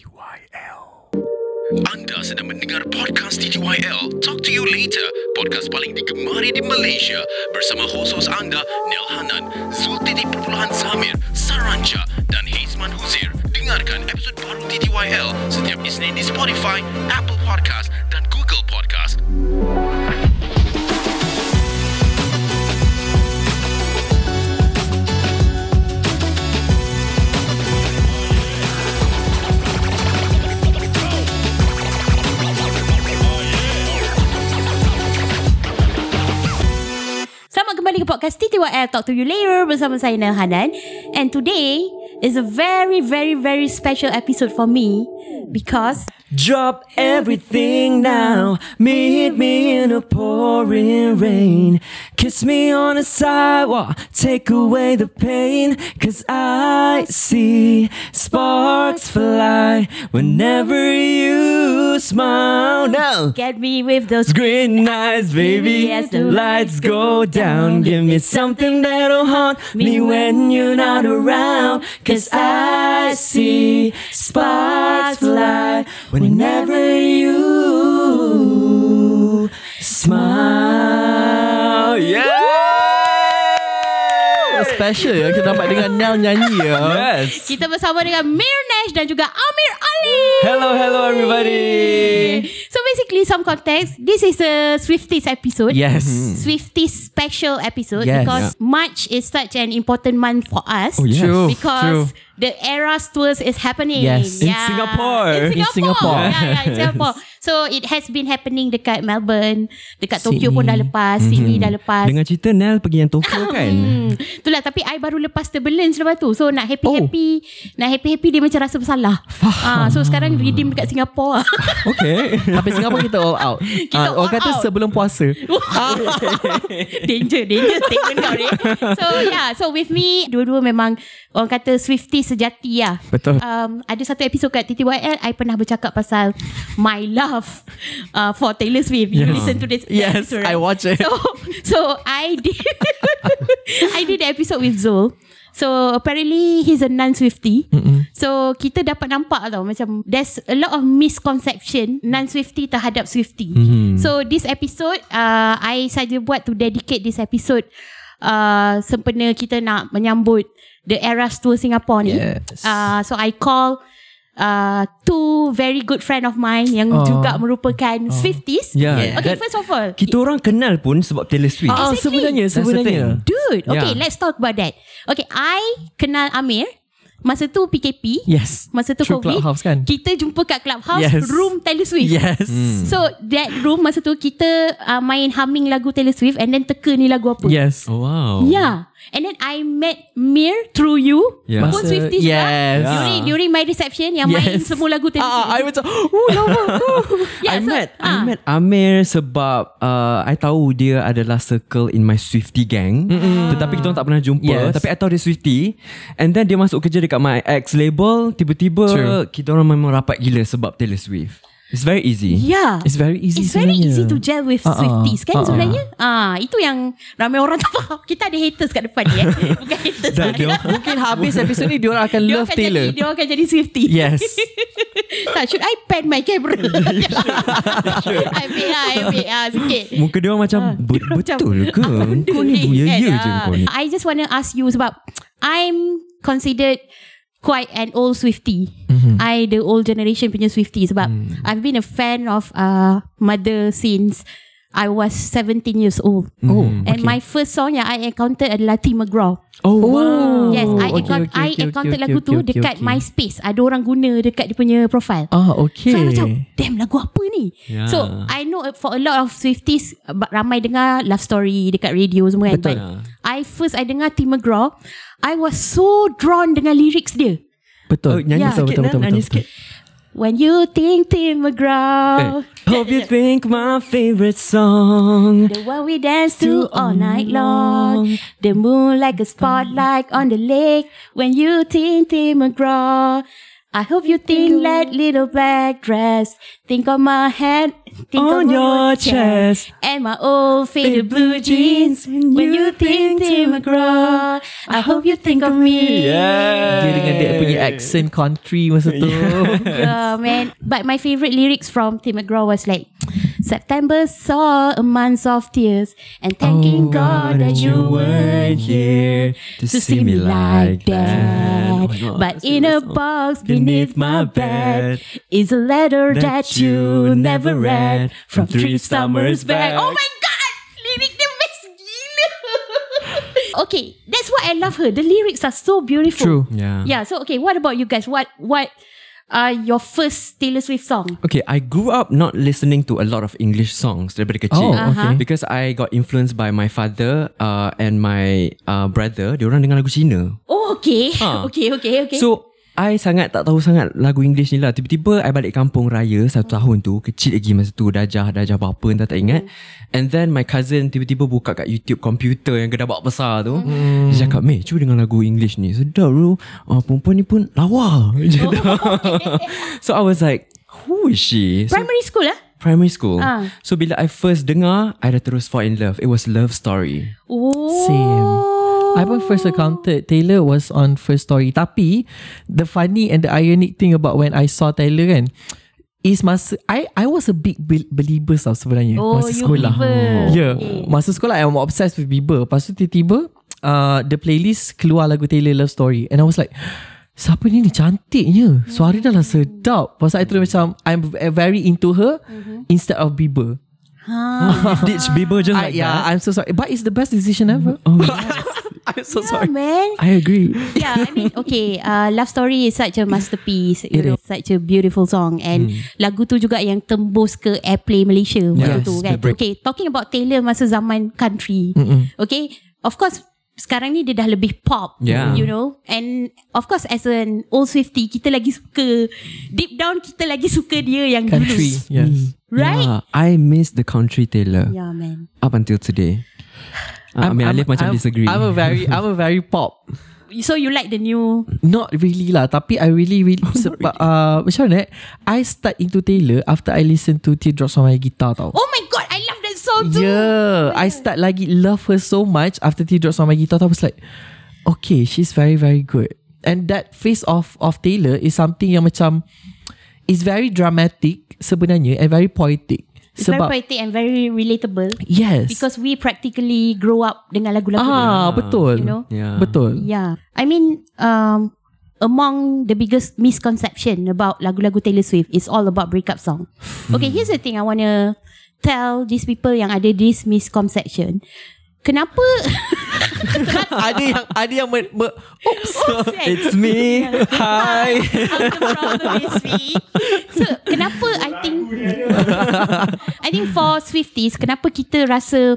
TTYL. Anda sedang mendengar podcast TTYL Talk to you later Podcast paling digemari di Malaysia Bersama hos-hos anda Nel Hanan Zulkifli Perpuluhan Samir Saranca Dan Hazman Huzair Dengarkan episod baru TTYL Setiap Isnin di Spotify Apple Podcast Dan Google Podcast Selamat kembali ke podcast TTYL Talk to you later bersama saya Nel Hanan and today is a very very very special episode for me because Drop everything now. Meet me in a pouring rain. Kiss me on a sidewalk. Take away the pain. Cause I see sparks fly whenever you smile. Now, get me with those green eyes, baby. As the lights go down, give me something that'll haunt me when you're not around. Cause I see sparks fly whenever you smile. Yeah! special ya kita dapat dengar Nel nyanyi ya. Yes! kita bersama dengan Mirnesh dan juga Amir Ali. Hello, hello, everybody. So basically some context, this is a Swifties episode. Yes. Swifties special episode Yes. because March is such an important month for us. yes. True, Because the Eras Tours is happening. Yes. In Singapore. In Singapore. In Singapore. Yeah, yeah, in Singapore. So it has been happening dekat Melbourne, dekat Tokyo Sydney. pun dah lepas, Sydney dah lepas. Dengan cerita Nel pergi yang Tokyo kan? Hmm. Itulah tapi I baru lepas Terbelin selepas tu So nak Oh. happy-happy Nak happy-happy Dia macam rasa bersalah ah, So sekarang redeem dekat Singapore Okay. Habis Singapura kita all out. Kita Ah, orang all kata out. sebelum puasa. danger Danger statement kau ni So yeah So with me Dua-dua memang Orang kata Swifty sejati lah Betul. um, Ada satu episod kat TTYL I pernah bercakap pasal My love uh, For Taylor Swift You Yes. listen to this Yes, episode, I watch it. So So I did I did the episode with Zul So apparently he's a non-Swifty So kita dapat nampak tau Macam there's a lot of misconception Non-Swifty terhadap Swifty So this episode uh, I saja buat to dedicate this episode uh, Sempena kita nak menyambut The Eras Tour Singapore ni Yes. uh, So I call uh, two very good friend of mine Yang Oh. juga merupakan Swifties Yeah. Okay That- first of all Kita orang kenal pun sebab Taylor Swift. Ah, Exactly. sebenarnya That's the sebenarnya. thing. Dude, okay, Yeah. let's talk about that. Okay, I kenal Amir masa tu PKP. Yes. Masa tu Through COVID. Clubhouse kan? Kita jumpa kat Clubhouse Yes. room Taylor Swift. Yes. So that room masa tu kita uh, main humming lagu Taylor Swift and then teka ni lagu apa. Yes. Oh, wow. Yeah. And then I met Mir through you. Yeah. Pun Masa- Swifty yes. juga. During, during my reception yang main Yes. semua lagu Taylor Swift. Ah, I macam Oh lama Yeah, I so- met I ah. met Amir sebab uh, I tahu dia adalah circle in my Swifty gang mm-hmm. tetapi kita orang tak pernah jumpa Yes. tapi I tahu dia Swifty and then dia masuk kerja dekat my ex label tiba-tiba True. kita orang memang rapat gila sebab Taylor Swift it's very easy Yeah. It's very easy It's very sebenarnya. easy to gel with Ah, ah. Swifties kan Ah, ah. sebenarnya. Ah, itu yang ramai orang tak faham. Kita ada haters kat depan ni eh. Bukan haters. Dan dia- Mungkin habis episod ni Diorang akan Dia love akan Taylor jadi dia akan jadi Swifty. Yes tak, should I pan my camera? I ambil lah, I ambil lah sikit. muka dia orang Ah, macam "Be- betul ke kau ni Kuning buaya kan, ya je ah. kau ni I just want to ask you sebab I'm considered quite an old Swifty. I the old generation punya Swifty sebab I've been a fan of uh, Mother since I was 17 years old. Oh, And my first song yang I encountered adalah Tim McGraw. Oh wow Ah. Yes, I, Okay, encounter, okay, I okay, encountered okay, lagu okay, tu okay, dekat okay. MySpace. Ada orang guna dekat dia punya profile. Ah okay So I macam Damn lagu apa ni Ya. So I know For a lot of Swifties uh, Ramai dengar Love story Dekat radio semua kan Betul. But I first I dengar Tim McGraw I was so drawn Dengan lyrics dia Betul Oh, nyanyi Yeah. sikit Betul, betul, Nan, betul, nyanyi betul. sikit When you think Eh, Tim McGraw hope you think my favorite song The one we dance to all night long. The moon like a spotlight on the lake. When you think Tim McGraw. I hope you think that little black dress. Think of my head, think On of your my chest. and my old faded blue jeans. When you think Tim McGraw, I hope you think of me. Dia dengan dia punya accent country masa tu. Yeah, Oh, man. But my favorite lyrics from Tim McGraw was like, September saw a month of tears, and thanking God that Oh, you were here to to see me like Oh that. But in a box beneath my bed is a letter That that you you never never read read from from three three summers summers back. back. Oh my god! Lirik dia best gila. okay, that's why I love her. The lyrics are so beautiful. True. Yeah. Yeah. So okay, what about you guys? What what are your first Taylor Swift song? Okay, I grew up not listening to a lot of English songs daripada kecil. Uh-huh. Oh, okay. Because I got influenced by my father uh, and my uh, brother. Diorang dengar lagu Cina. Oh okay, Ah. okay, okay, okay. So I sangat tak tahu sangat lagu English ni lah Tiba-tiba I balik kampung raya Satu tahun tu Kecil lagi masa tu Dajah Dajah berapa entah tak ingat And then my cousin Tiba-tiba buka kat YouTube Komputer yang gedabak besar tu Dia cakap Meh cuba dengar lagu English ni Sedap bro uh, Perempuan ni pun lawa Dia dah- So I was like Who is she? So, primary school lah. primary school Ah. So bila I first dengar I dah terus fall in love It was love story Oh. Same. I pun first encountered Taylor was on First Story. Tapi the funny and the ironic thing about when I saw Taylor kan is masa I I was a big be- believer tau sebenarnya Oh, masa you sekolah. believer. Yeah. Okay. Masa sekolah I am obsessed with Bieber. Lepas tu tiba-tiba uh, the playlist keluar lagu Taylor Love Story and I was like Siapa ni ni cantiknya Suara dah lah sedap Pasal I terus macam I'm very into her Mm-hmm. Instead of Bieber Ha. Ditch Bieber just I, like Yeah that I'm so sorry But it's the best decision ever I'm so Yeah, man. I agree yeah, I mean, okay, uh, Love Story is such a masterpiece. You It Hmm. know, such a beautiful song. And lagu tu juga yang tembus ke Airplay Malaysia waktu Yes, tu kan. the break. Okay, talking about Taylor masa zaman country. Okay, of course, sekarang ni dia dah lebih pop. Yeah. You know, and of course as an old Swifty, kita lagi suka, deep down kita lagi suka dia yang Country dulu. Yes Right? Hmm. Yeah, I miss the country Taylor Yeah, man. up until today. Uh, I mean, Alif macam I'm, disagree. I'm a very I'm a very pop. So you like the new Not really lah Tapi I really really sebab uh, Macam mana eh I start into Taylor After I listen to Teardrops on my guitar tau Oh my god, I love that song too. Yeah I start lagi Love her so much After Teardrops on my guitar tau, I was like Okay she's very very good And that face of of Taylor Is something yang macam Is very dramatic Sebenarnya And very poetic It's very poetic and very relatable. Yes Because we practically grow up dengan lagu-lagu dia. Ah betul You know? Yeah. Betul Yeah. I mean, um, among the biggest misconception about lagu-lagu Taylor Swift is all about breakup song. Okay, here's the thing I want to tell these people yang ada this misconception. Kenapa? Ada yang Ada yang men, me, Oops It's me. Hi. Out the problem is we. So kenapa I think I think for Swifties kenapa kita rasa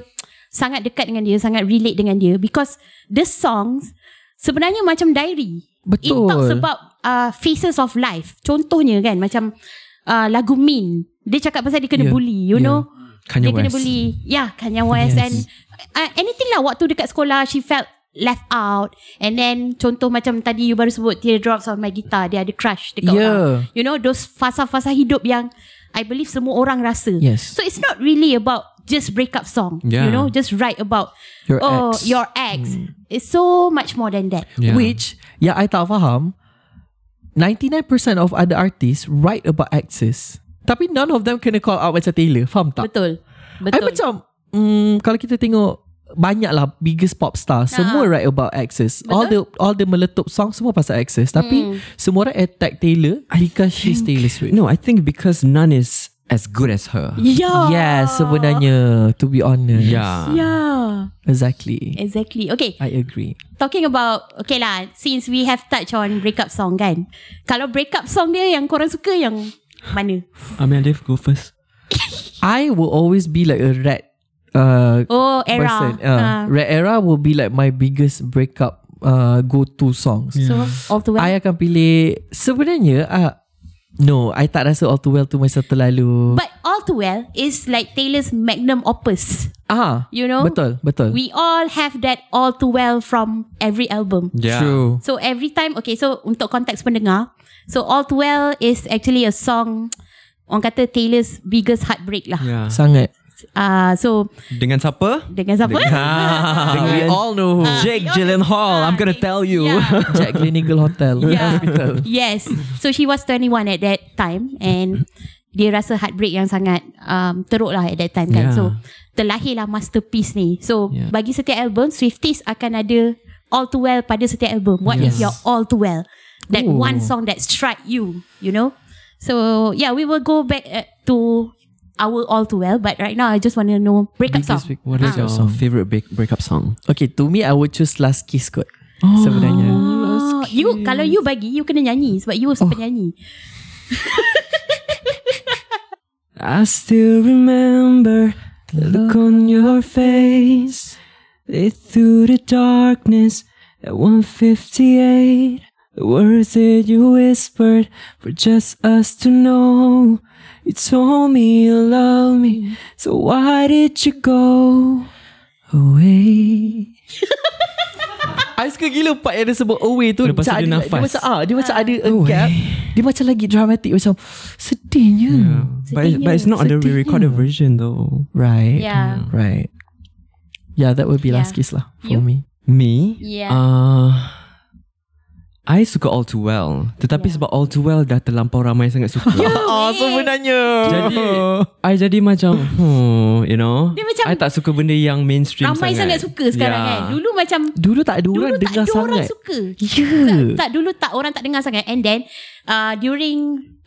sangat dekat dengan dia sangat relate dengan dia because the songs sebenarnya macam diary it Betul. talks about uh, phases of life contohnya kan macam uh, lagu Min dia cakap pasal dia kena Yeah. bully you Yeah. know Kanye dia kena West. bully yeah Kanye West Yes. and uh, anything lah waktu dekat sekolah she felt left out and then contoh macam tadi you baru sebut teardrops on my guitar dia ada crush dekat Yeah. orang you know those fasa-fasa hidup yang I believe semua orang rasa Yes. so it's not really about just break up song you Yeah. know just write about Your oh ex. your ex it's so much more than that Yeah. Which Yang I tak faham 99% of other artists Write about exes Tapi none of them Kena call out macam Taylor Faham tak? betul I betul macam mm, Kalau kita tengok banyak lah biggest pop star semua write about exes all the all the meletup song semua pasal exes tapi semua orang attack Taylor because she's Taylor Swift No, I think because none is as good as her. yeah yes sebenarnya to be honest Ya. Yeah. yeah exactly exactly okay I agree Talking about Okay lah Since we have touched on Breakup song kan Kalau breakup song dia Yang korang suka Yang mana I mean, Alif, go first. I will always be like a rat uh, Oh era person. Uh, Ah. Red Era will be like my biggest breakup uh, go-to songs. So All the way I akan pilih sebenarnya uh, no, I tak rasa All Too Well tu macam terlalu But all too well Is like Taylor's magnum opus ah You know betul betul. We all have that All too well From every album Mm. Yeah. True. So every time Okay so Untuk konteks pendengar So All Too Well is actually a song orang kata Taylor's biggest heartbreak lah. Yeah. Yeah. Ah, Sangat. Uh, so Dengan siapa? dengan siapa? Dengan Ah, We all know who. Jake yeah. Gyllenhaal. I'm gonna Ah, tell you. Yeah. Jack Clinical Hotel. Yeah. Hospital. Yes. So she was 21 at that time and dia rasa heartbreak yang sangat um, teruk lah at that time kan. Yeah. So terlahirlah masterpiece ni. So Yeah. yeah. bagi setiap album, Swifties akan ada all too well pada setiap album. What yes. is Yes. your all too well? That Ooh. Ooh. one song that strike you, you know? So yeah, we will go back uh, to our all too well. But right now, I just want to know breakup song. Biggest week, what is your So favorite break, breakup song? Okay, to me, I would choose Last Kiss kot. Sebenarnya. Oh, you kalau you bagi you kena nyanyi sebab you was penyanyi. I still remember the look on your face. Lit through the darkness at 158. The words that you whispered for just us to know. You told me you love me, so why did you go away? I suka gila part yang dia sebut away tu Lepas tu dia macam ada, nafas. Dia macam, ah, dia macam ada a gap Dia macam lagi dramatik Macam sedihnya But, it- but it's not on the Sedihnya. re-recorded version though. Right Mm. Yeah. Right Yeah that would be last Yeah. kiss lah For You? me Me? Yeah. Uh, I suka All Too Well. Tetapi sebab All Too Well dah terlampau ramai sangat suka. Ah sebenarnya Jadi I jadi macam hmm, You know Dia macam I tak suka benda yang mainstream Ramai sangat, sangat sangat suka sekarang yeah. kan. Dulu macam Ya. Dulu tak ada dulu orang tak dengar ada orang sangat Ya. suka. Yeah. Tak, tak dulu tak orang tak dengar sangat and then uh, during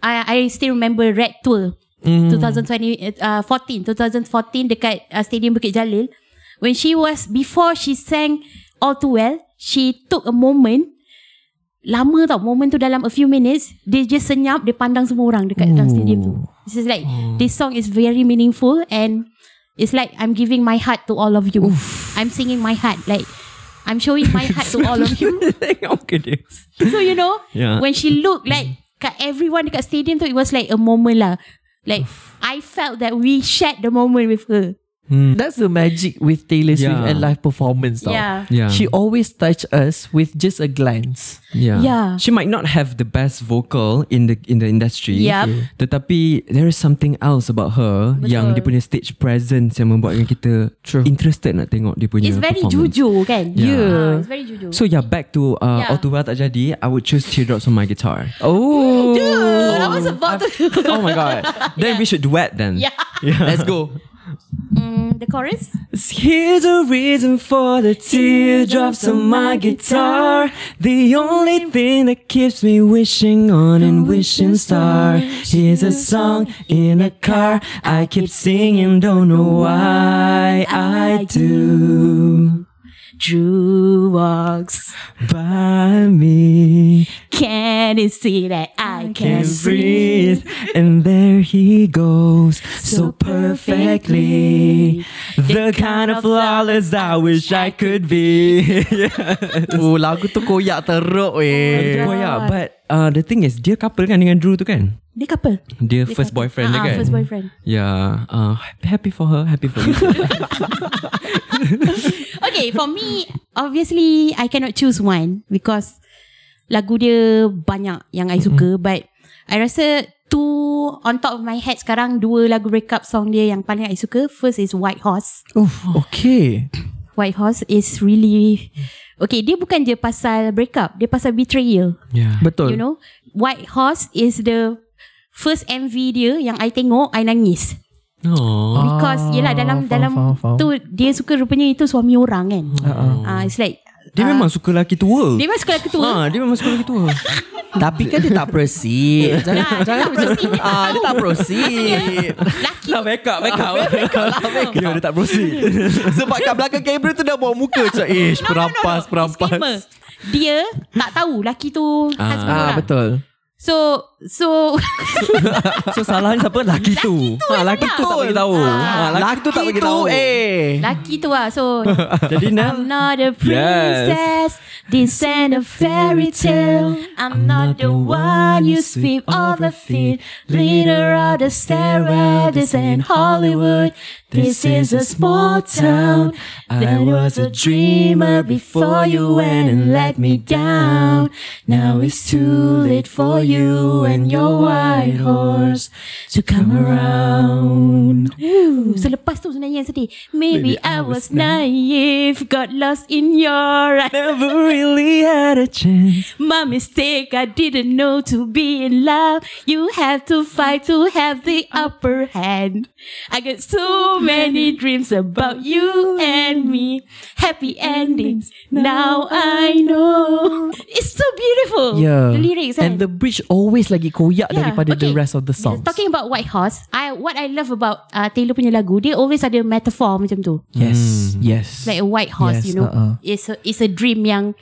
I, I still remember Red Tour Hmm. mm. 2020 uh, 14 2014 dekat uh, Stadium Bukit Jalil when she was before she sang All Too Well she took a moment lama tau moment tu dalam a few minutes dia just senyap dia pandang semua orang dekat dalam stadium tu this is like Hmm. this song is very meaningful and it's like I'm giving my heart to all of you I'm singing my heart like I'm showing my heart to all of you Tengok ke dia So you know Yeah. When she looked like Kat everyone dekat stadium tu It was like a moment lah Like I felt that we shared the moment with her That's the magic With Taylor Swift Mm. Yeah. And live performance tau Yeah. Yeah. She always touch us With just a glance yeah. Yeah. She might not have the best vocal In the in the industry Yup. Tetapi There is something else about her Betul. Yang dia punya stage presence Yang membuatkan kita True. Interested nak tengok dia punya It's very performance. jujur kan Yeah. Ah, It's very jujur So yeah back to uh, Yeah. All Too Well Tak Jadi I would choose Teardrops on my guitar oh, Oh I was about to Oh my god Then we should duet then Yeah Let's go mm, The chorus Here's a reason for the teardrops on my guitar. The only thing that keeps me wishing on and wishing star. Here's a song in a car. I keep singing, don't know why I do. Drew walks By me, Can you see that I can can't breathe breathe. And there he goes, so perfectly. The kind of flawless I wish I could be. Oh lagu tu koyak teruk weh Oh yeah, but uh, the thing is dia couple kan dengan Drew tu kan? Dia couple Dia, first boyfriend dia Ah, ah, kan? First boyfriend Yeah, uh, happy for her, happy for you. Okay, for me, obviously I cannot choose one because lagu dia banyak yang I suka mm-hmm. but I rasa two on top of my head sekarang dua lagu breakup song dia yang paling I suka. First is White Horse. Okay White Horse is really Okay, dia bukan je pasal breakup, dia pasal betrayal. yeah, You Betul know, White Horse is the first MV dia yang I tengok I nangis. no, Because Ah, yelah dalam faham, dalam faham, faham. tu dia suka rupanya itu suami orang kan. Uh-uh. Ah, it's like Hmm. ah, dia memang suka lelaki tua. Dia memang sekolah ketua. Ah, dia memang suka lelaki tua. Tapi kan dia tak proceed Jangan, Nah, dia tak proceed, dia tak ah, Dia tahu. tak proceed Laki Lah back up, back up. Ya, dia tak proceed. Sebab kat belakang kamera tu Dah bawa muka Macam ish Perampas Perampas disclaimer. Dia tak tahu laki tu husband Ah orang. betul So so So salahnya siapa? Lelaki tu. Ah, Ha, lelaki tu tak bagi tahu. Ha, Laki tu tak bagi tahu Eh laki tu lah. So Jadi Nel, I'm not a princess. This ain't a fairy tale. I'm not the one you sweep all the feet. Leader of the stairwell. This ain't Hollywood. This is a small town. I was a dreamer before you went and let me down. Now it's too late for you. you and your white horse to come around. So lepas tu sebenarnya yang sedih Maybe I was naive Got lost in your eyes Never really had a chance. My mistake, I didn't know to be in love. You have to fight to have the upper hand. I got so many dreams about you and me. Happy endings, now I know. It's so beautiful. Yeah. The lyrics. And the kan? bridge always lagi koyak yeah. daripada okay. the rest of the songs. Talking about White Horse, I what I love about uh, Taylor punya lagu, dia always ada metaphor macam tu. yes, yes. Like a white horse, Yes, you know. uh-uh. It's a it's a dream yang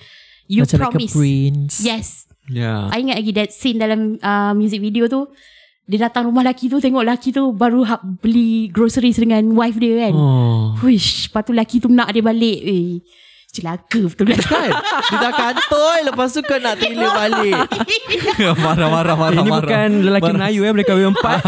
you Macam like a promise. prince. yes. Yeah. I ingat lagi that scene dalam uh, music video tu dia datang rumah laki tu tengok laki tu baru hap beli groceries dengan wife dia kan. Oh. Oh. Wish, lepas tu laki tu nak dia balik. Eh, celaka betul Kan? Dia dah kantoi lepas tu kau nak Taylor balik. marah, marah, marah. Ini marah. bukan lelaki Melayu eh, mereka kahwin empat.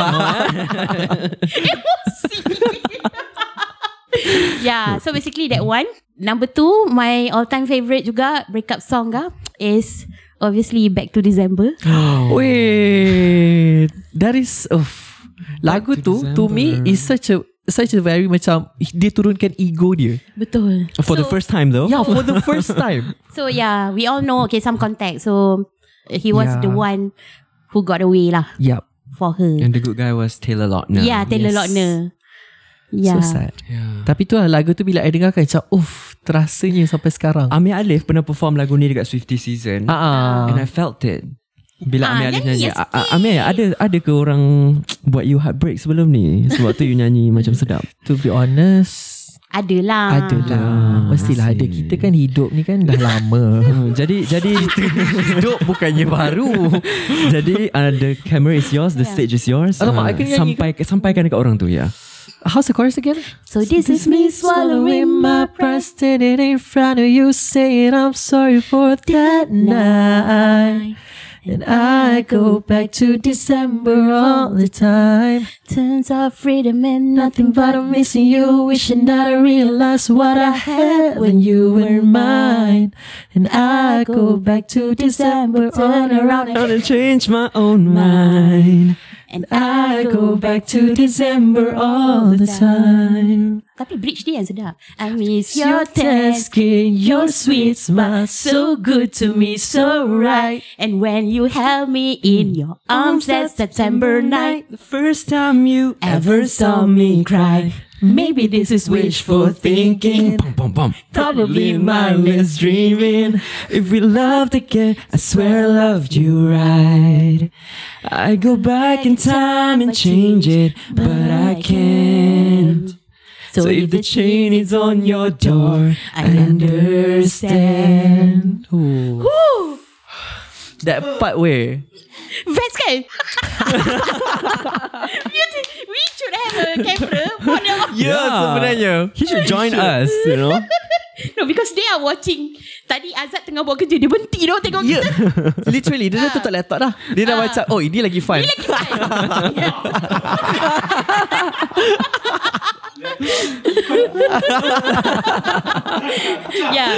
yeah, so basically that one. Number two, my all-time favourite juga breakup song ah is obviously Back to December. Eh. Wait. That is uff. Lagu Back tu to to me December. is such a such a very macam dia turunkan ego dia. Betul. For the first time though. Ya. Yeah, for the first time. So yeah, we all know okay some contact. So he was Yeah. the one who got away lah Yep. for her. And the good guy was Taylor Lautner. yeah, Ya, Taylor yes. Lautner. Yeah. Yeah. So sad. Yeah. Ya. Tapi tu lah lagu tu bila I dengarkan macam uff, terasanya sampai sekarang. Amir Alif pernah perform lagu ni dekat Swifty season. Ah. Uh-uh. And I felt it. Bila Ah, Amir Alif nyanyi nyanyi. yang "Ah, ah, Amir, ada ada ke orang buat you heartbreak sebelum ni? Sebab tu you nyanyi macam sedap. To be honest, Adalah. Ada lah Mestilah ada Kita kan hidup ni kan Dah lama Hmm, jadi jadi Hidup bukannya baru jadi uh, the camera is yours, the Yeah. stage is yours. Alamak, I Ah, kena nyanyi sampai sampaikan dekat orang tu ya. How's the chorus again? So this is me swallowing my pride. pride it in front of you Saying I'm sorry for that night And I go back to December all the time Turns out freedom and nothing Nothing but but a I'm missing you Wishing that I realized what I had When you were mine And I go back to December on around and Gonna change my own mind. and I go back to December all the time. Tapi bridge dia yang sedap. I miss your Your taste. tasking, your sweet smile, so good to me, so right. Mm. And when you held me in your arms that September night, The first time you ever saw me cry. Maybe this is wishful thinking, Bum, bum, bum. probably Leave my mindless mindless. dreaming. If we loved again, I swear I loved you right. I go back in time and change it, but I can't. So if the chain is on your door, I understand. That part where Vex kan? we, should- we should have a camera for the sebenarnya. He should join us, you know. No, because they are watching. Tadi Azad tengah buat kerja, dia berhenti tau tengok Yeah kita. Literally Dia dah tu tak letak dah Dia dah macam Oh ini lagi fun yeah.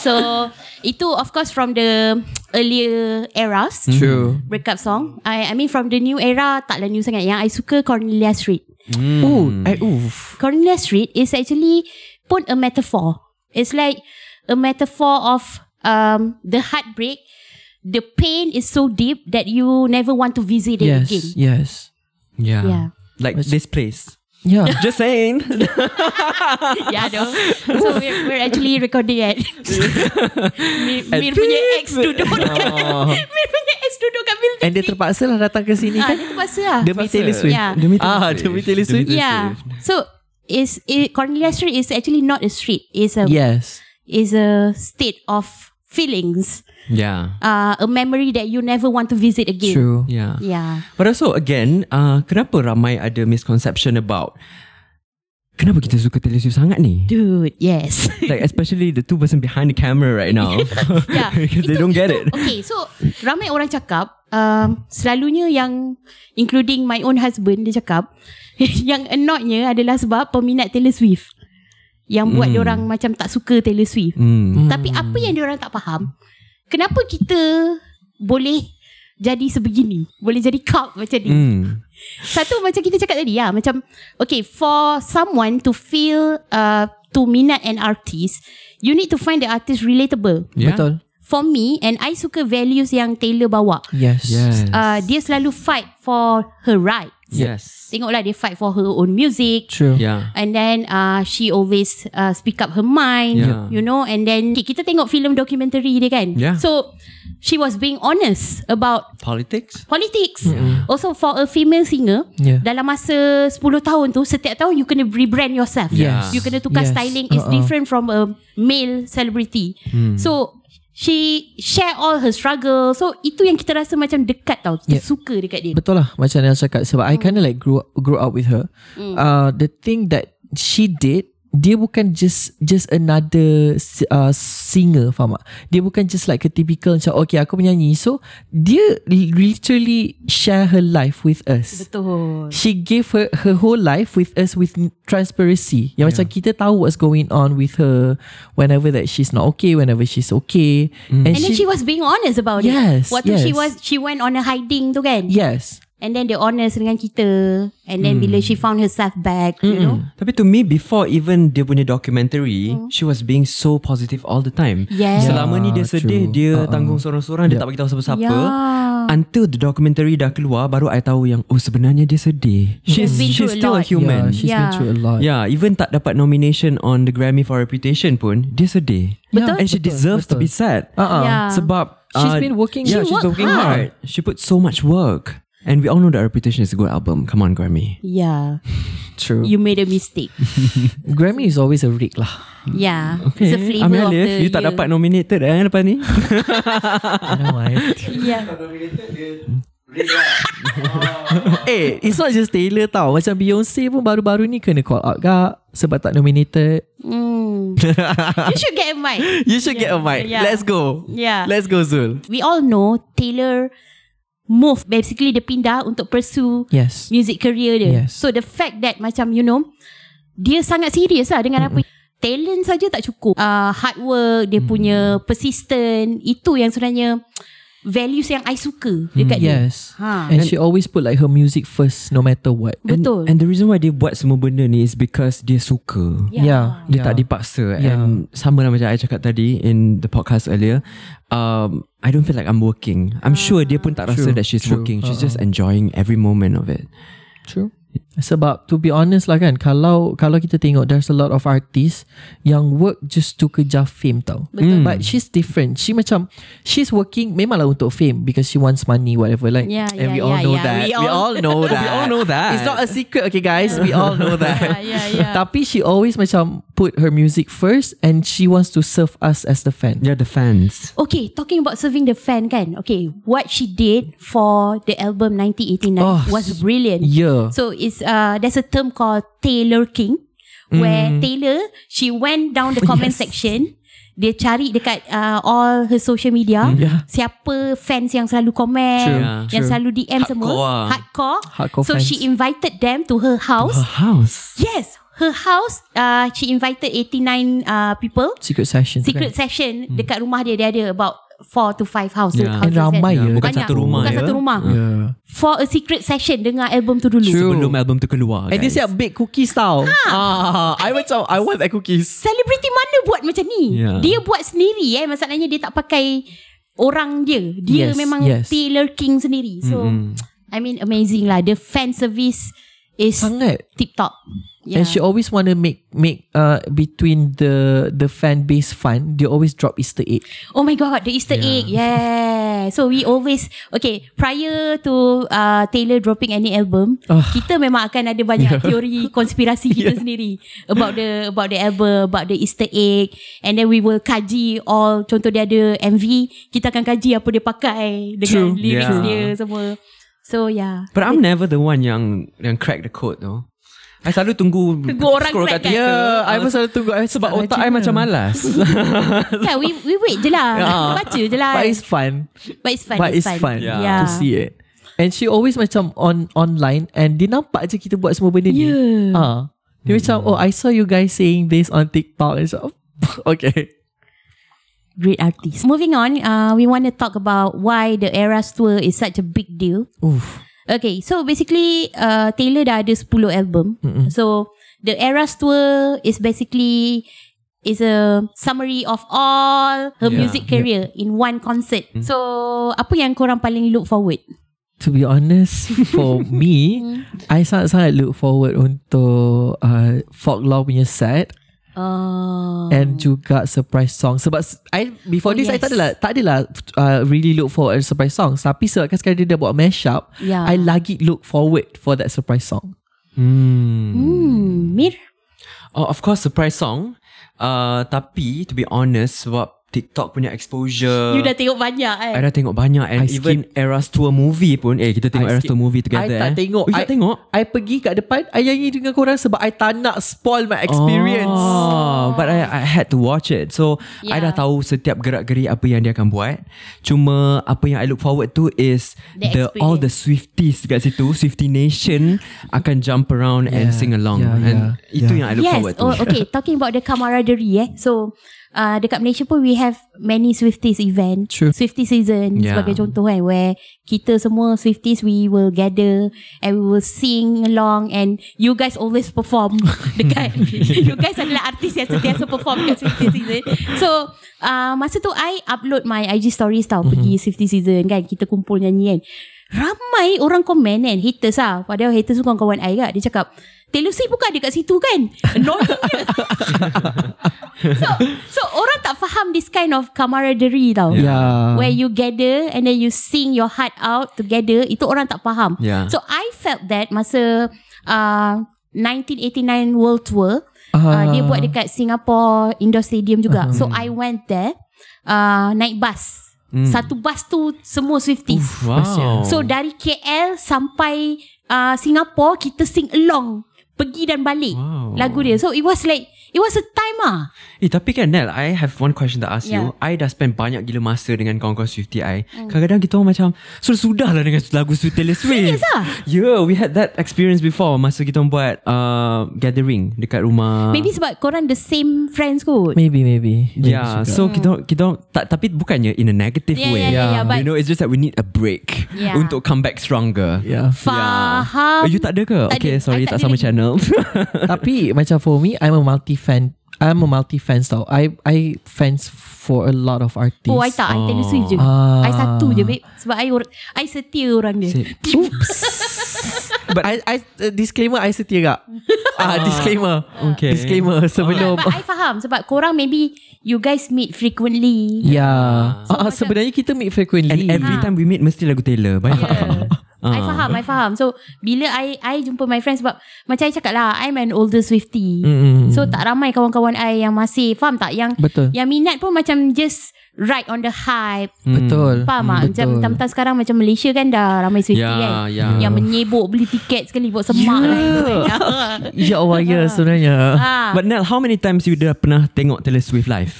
So itu of course from the earlier eras True breakup song. I I mean from the new era taklah new sangat. Yang I suka Cornelia Street. Ooh, I, oof. Cornelia Street is actually pun a metaphor. It's like a metaphor of um the heartbreak. The pain is so deep that you never want to visit it Yes again. Yes Yeah. Yeah. Like this place. Yeah Just saying. Yeah, no. So we're, we're actually recording at Mir, Mir punya ex duduk dekat Mir punya ex duduk kat building And dia terpaksa lah datang ke sini Ah, kan dia terpaksa lah Demi Taylor Swift Yeah. Demi Taylor Ah, demi Taylor Swift Yeah So is it, Cornelia Street is actually not a street It's a Yes is a state of feelings Yeah. uh, A memory that you never want to visit again True Yeah. Yeah But also again, uh, kenapa ramai ada misconception about kenapa kita suka Taylor Swift sangat ni? Dude yes Like especially the two person behind the camera right now. Yeah. Because they Itu- don't get it. itu- Okay, so ramai orang cakap, um, selalunya yang including my own husband dia cakap, yang annoyednya adalah sebab peminat Taylor Swift. Yang buat orang macam tak suka Taylor Swift. Hmm. Tapi apa yang orang tak faham, kenapa kita boleh jadi sebegini. Boleh jadi cult macam ni. Hmm. Satu macam kita cakap tadi lah Macam Okay for someone to feel uh, To minat an artist You need to find the artist relatable Yeah. Betul. For me And I suka values yang Taylor bawa Yes. Yes. uh, Dia selalu fight for her rights yes. Tengoklah dia fight for her own music True. Yeah. And then uh, she always uh, speak up her mind, Yeah. you know. And then okay, kita tengok film documentary dia kan. Yeah. So she was being honest about Politics. politics. Mm-hmm. Also for a female singer, Yeah. dalam masa 10 tahun tu setiap tahun you kena rebrand yourself. Yes. You kena tukar Yes. styling is Uh-uh. Hmm. different from a male celebrity. Mm. So she share all her struggle. So itu yang kita rasa macam dekat tau. Kita Yeah. suka dekat dia. Betul lah macam Nel cakap sebab Hmm. I kind of like grew grew up with her. Uh, the thing that she did dia bukan just just another si- uh, singer faham tak? Dia bukan just like a typical macam okay aku menyanyi. So dia literally share her life with us. Betul. She gave her her whole life with us with transparency. Yang yeah. macam kita tahu what's going on with her whenever that she's not okay, whenever she's okay. Hmm. Mm. And then she was being honest about Yes, it. Waktu she yes. was she went on a hiding tu kan. yes. And then dia honest dengan kita. And Hmm. then bila she found herself back, you know. Tapi to me before even dia punya documentary, Hmm. she was being so positive all the time. Yeah. Selama ni dia Yeah, sedih, true. Uh-uh. dia tanggung sorang-sorang, dia tak beritahu siapa-siapa. Yeah. Until the documentary dah keluar baru I tahu yang oh sebenarnya dia sedih. She's been through a she's still a lot. human. Yeah, she's yeah. been Yeah. through a lot. Yeah, Ya, even tak dapat nomination on the Grammy for Reputation pun, dia sedih. Betul. And she Betul, deserves to betul. be sad. Uh-uh. Yeah. Sebab uh, She's been working- Yeah, she's She worked working hard. She put so much work. And we all know that Reputation is a good album. Come on, Grammy. Yeah. True. You made a mistake. Grammy is always a rig lah. Yeah. Okay. Ya. It's a flavor Amir of Alif, the you tak year. dapat nominated eh lepas ni. I know right. Yeah. eh, it's not just Taylor tau. Macam Beyonce pun baru-baru ni kena call out kak sebab tak nominated. Mm. you should get a mic. You should yeah. Hmm. get a mic. Yeah. Let's go. Yeah. Let's go Zul. We all know Taylor move basically dia pindah untuk pursue Yes. music career dia. Yes. So the fact that macam you know dia sangat serius lah dengan apa talent saja tak cukup. Uh, hard work, dia punya persistent, itu yang sebenarnya values yang I suka dekat dia. Yes. Ha. Mm, And, she always put like her music first no matter what. Betul. And, and the reason why dia buat semua benda ni is because dia suka. Yeah. Dia tak dipaksa yeah. And sama lah macam I cakap tadi In the podcast earlier um, I don't feel like I'm working Ah, I'm sure dia pun tak rasa True, That she's true. Uh-uh. working She's just enjoying Every moment of it True. Sebab to be honest lah kan Kalau kalau kita tengok There's a lot of artists Yang work just to kejar fame tau Betul. But she's different She macam She's working Memanglah untuk fame Because she wants money Whatever like Yeah, yeah, And we all yeah, Oh, know yeah. that ya, We we all all- know that We all know that. It's not a secret Okay guys We all know that Yeah, yeah, yeah. Tapi she always macam Put her music first And she wants to serve us As the fan Yeah the fans Okay, talking about serving the fan kan. Okay, what she did for the album 1989 Oh, was brilliant. yeah. So it's uh there's a term called Taylor King where Mm. Taylor she went down Oh, the comment section dia cari dekat uh, all her social media Mm, Yeah. siapa fans yang selalu komen True, yeah, yang true. selalu DM Hardcore semua ah. hardcore Hardcore so fans. she invited them to her house Her house yes her house uh, she invited 89 uh, people Secret session tu secret kan. session dekat rumah dia dia ada about four to five house Yeah. And ramai Yeah, ya bukan dekat- satu rumah bukan ya. satu rumah Yeah. for a secret session dengar album tu dulu True. Sebelum album tu keluar And guys. dia siap bake cookies tau ah, I macam I want that cookies selebriti mana buat macam ni Yeah. dia buat sendiri eh masalahnya dia tak pakai orang dia dia Yes, memang yes. Taylor King sendiri so I mean amazing lah the fan service is Sangat tip top Ya. Yeah. And she always want to make make uh between the the fan base fun. They always drop Easter egg. Oh my god, the Easter egg. Yeah. So we always okay, prior to uh, Taylor dropping any album, Ah. kita memang akan ada banyak teori konspirasi kita sendiri about the about the album, about the Easter egg and then we will kaji all contoh dia ada MV, kita akan kaji apa dia pakai dengan True. lyrics Yeah. dia semua. So yeah. But I'm never the one yang Yang crack the code though I selalu tunggu Tunggu orang scroll crack kat kan? Twitter. Yeah, I pun selalu tunggu. I Uh, Sebab tak otak I rajin lah. macam malas yeah, Kan, we we wait je lah. Kita baca je lah. Ah. But it's fun. but it's fun. But it's it's fun Yeah. to see it. And she always macam on online and dia nampak je kita buat semua benda ni. Yeah. Ah. Dia macam, oh I saw you guys saying this on TikTok. And so, okay. great artists. Moving on, uh, we want to talk about why the Eras tour is such a big deal. Oof. Okay, so basically, uh, Taylor dah ada 10 album. So, the Eras tour is basically is a summary of all her Yeah. Mm. music career in one concert. So, apa yang korang paling look forward? To be honest, for me, Hmm. I sangat-sangat look forward untuk uh, folklore punya set Uh, and juga surprise song. Sebab s- I Oh, before this yes. I tak adalah tak adalah uh, really look forward to surprise songs. Tapi sebabkan sekarang dia dah buat mashup, Yeah. I lagi look forward for that surprise song. hmm, Mir? Oh, of course, surprise song. Uh, tapi, to be honest, sebab TikTok punya exposure. You dah tengok banyak eh. Uh, I dah tengok banyak and I even Eras Tour movie pun eh kita tengok I Eras skip. Tour movie together I tak eh. tengok. Oh, you tak tengok? I pergi kat depan, I nyanyi dengan korang sebab I tak nak spoil my experience. Oh, but I, I had to watch it. So, yeah. I Yeah. dah tahu setiap gerak-geri apa yang dia akan buat. Cuma apa yang I look forward to is The the, experience. all the Swifties kat situ, Swifty Nation akan jump around yeah. and Yeah, sing along. yeah, and yeah, itu yeah. yang I look yes. forward to. Oh, okay, talking about the camaraderie eh. So, uh, dekat Malaysia pun we have many Swifties event. True. Swiftie season Yeah. sebagai contoh kan where kita semua Swifties we will gather and we will sing along and you guys always perform dekat you guys adalah artis yang sentiasa perform dekat Swiftie season. So, uh, masa tu I upload my IG stories tau pergi Mhm. Swiftie season kan kita kumpul nyanyi kan. Ramai orang komen kan Haters lah Padahal haters tu kawan-kawan I kat Dia cakap Taylor Swift bukan ada kat situ kan Annoying so, so orang tak faham this kind of camaraderie tau. Yeah. Where you gather and then you sing your heart out together. Itu orang tak faham. Yeah. So I felt that masa uh, 1989 World Tour. Uh, Ah. Uh-huh. dia buat dekat Singapore Indoor Stadium juga. So I went there. Uh, naik bus. Satu bus tu semua Swifties. Hmm. Wow. ya. So dari KL sampai uh, Singapore kita sing along pergi dan balik Wow. lagu dia. So it was like it was a time ah. Eh tapi kan Nel I have one question to ask Yeah. Mm. you I dah spend banyak gila masa Dengan kawan-kawan Swifty I Kadang-kadang kita orang macam Sudah-sudah lah Dengan lagu Swift Taylor Swift Serious ah? Yeah we had that experience before Masa kita orang buat uh, Gathering Dekat rumah Maybe sebab korang the same friends kot. Ah. Maybe, maybe. maybe Yeah juga. So kita orang- kita orang- tak, Tapi bukannya In a negative Hmm. Yeah, way yeah, yeah, yeah, but- You know it's just that We need a break Yeah. Untuk come back stronger yeah. Faham. Oh, you tak ada ke? Tak okay, ada. sorry, I tak tak, ada sama lagi. channel. Tapi macam for me, I'm a multi fan. I'm a multi fans tau. I I fans for a lot of artists. Oh, I tak. I Taylor Swift je. Ah. I satu je, babe. Sebab I, or- I setia orang dia. Oops. But I, I uh, disclaimer I setia gak. Ah disclaimer. Okay. Disclaimer sebelum. But, but I faham. Sebab korang maybe you guys meet frequently. Ya. Yeah. Ah, ah, sebenarnya kita meet frequently. And every time we meet, mesti lagu Taylor. Banyak. Ah. kan? Yeah. Ah. I faham, I faham. So, bila I I jumpa my friends sebab macam I cakap lah, I'm an older Swifty. Mm-hmm. So, tak ramai kawan-kawan I yang masih, faham tak? Yang Betul. yang minat pun macam just ride on the hype. Betul. Faham tak? Macam Mm-hmm. Betul. mentang-mentang sekarang macam Malaysia kan dah ramai Swifty Ya, kan. ya. Yang menyebuk beli tiket sekali buat semak. lah. Yeah. Ya Allah ya sebenarnya. ah. Hmm. But Nell, how many times you dah pernah tengok Taylor Swift live?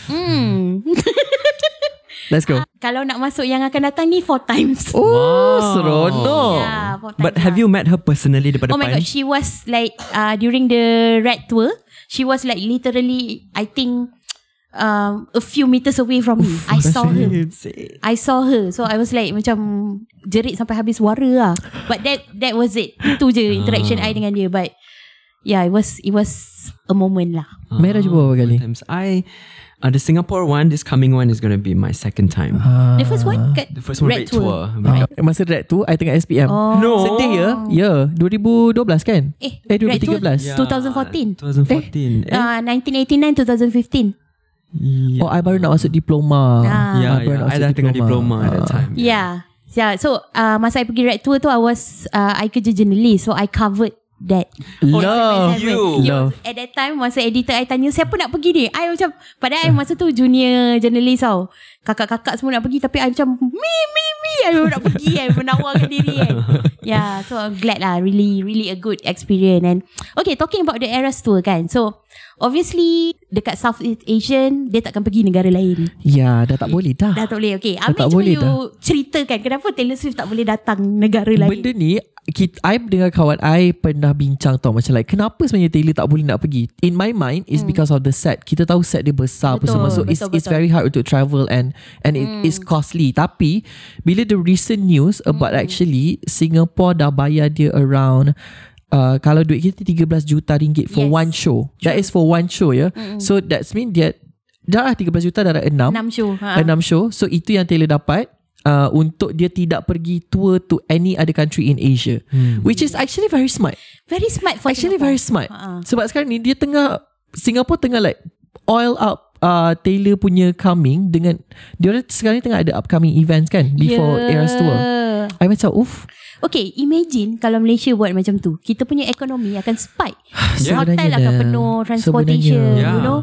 Let's go. Kalau nak masuk yang akan datang ni four times. Oh seronok. Yeah, Ah, four times lah. But have you met her personally daripada Oh my god, she was like uh, during the red tour, she was like literally I think um, a few meters away from me. I saw her. I saw her. So I was like macam jerit sampai habis suara lah. But that that was it. Itu je interaction Ah. I dengan dia but yeah, it was it was a moment lah. Merah cuba berapa kali? times. I uh, the Singapore one, this coming one is gonna be my second time. The first one kat Ah, the first one Red red tour. Oh. Ah, masa red tu I tengah SPM. Oh. No. Sedih ya. Ya, 2012 kan? Eh, eh Red Tour 2013. Yeah. 2014. 2014. Eh? Uh, 1989 2015. yeah. Oh, I baru nak masuk diploma. Ah. yeah, yeah. Ya, I baru nak I masuk dah tengah diploma Ah. at that time. Ya. Yeah. Yeah. Ya. So uh, masa I pergi red tour tu I was uh, I kerja journalist so I covered that. Love Seven. Love. At that time masa editor I tanya siapa nak pergi ni? I macam padahal I masa tu junior journalist tau. Kakak-kakak semua nak pergi tapi I macam me me me I memang nak pergi I menawarkan diri kan. Yeah, so I'm glad lah really really a good experience and okay talking about the Eras tour kan. So obviously dekat Southeast Asian dia takkan pergi negara lain. Ya, dah tak boleh dah. Dah tak boleh Okay Amir tak cuba boleh you dah. ceritakan Kenapa Taylor Swift tak boleh datang Negara lain Benda ni kita, I dengan kawan I pernah bincang tau macam like kenapa sebenarnya Taylor tak boleh nak pergi in my mind is because of the set kita tahu set dia besar Hmm. Betul, apa semua so betul, it's, Hmm. it's betul. very hard untuk travel and and it is costly tapi bila the recent news about Hmm. actually Singapore dah bayar dia around Uh, kalau duit kita 13 juta ringgit for Yes. Hmm. one show. That is for one show ya. Yeah? So that's mean dia dah lah 13 juta dah ada 6. Enam show, ha. Enam show. So itu yang Taylor dapat uh, untuk dia tidak pergi tour to any other country in Asia. Hmm. Which is actually very smart. Very smart for Actually Singapore. very smart. Ha, ha. Sebab sekarang ni dia tengah Singapore tengah like oil up uh, Taylor punya coming dengan dia orang sekarang ni tengah ada upcoming events kan before yeah. Eras tour. Yeah. I macam oof. Okay, imagine kalau Malaysia buat macam tu. Kita punya ekonomi akan spike. Yeah. Hotel Sebenarnya akan dah. penuh, transportation, Sebenarnya. you know.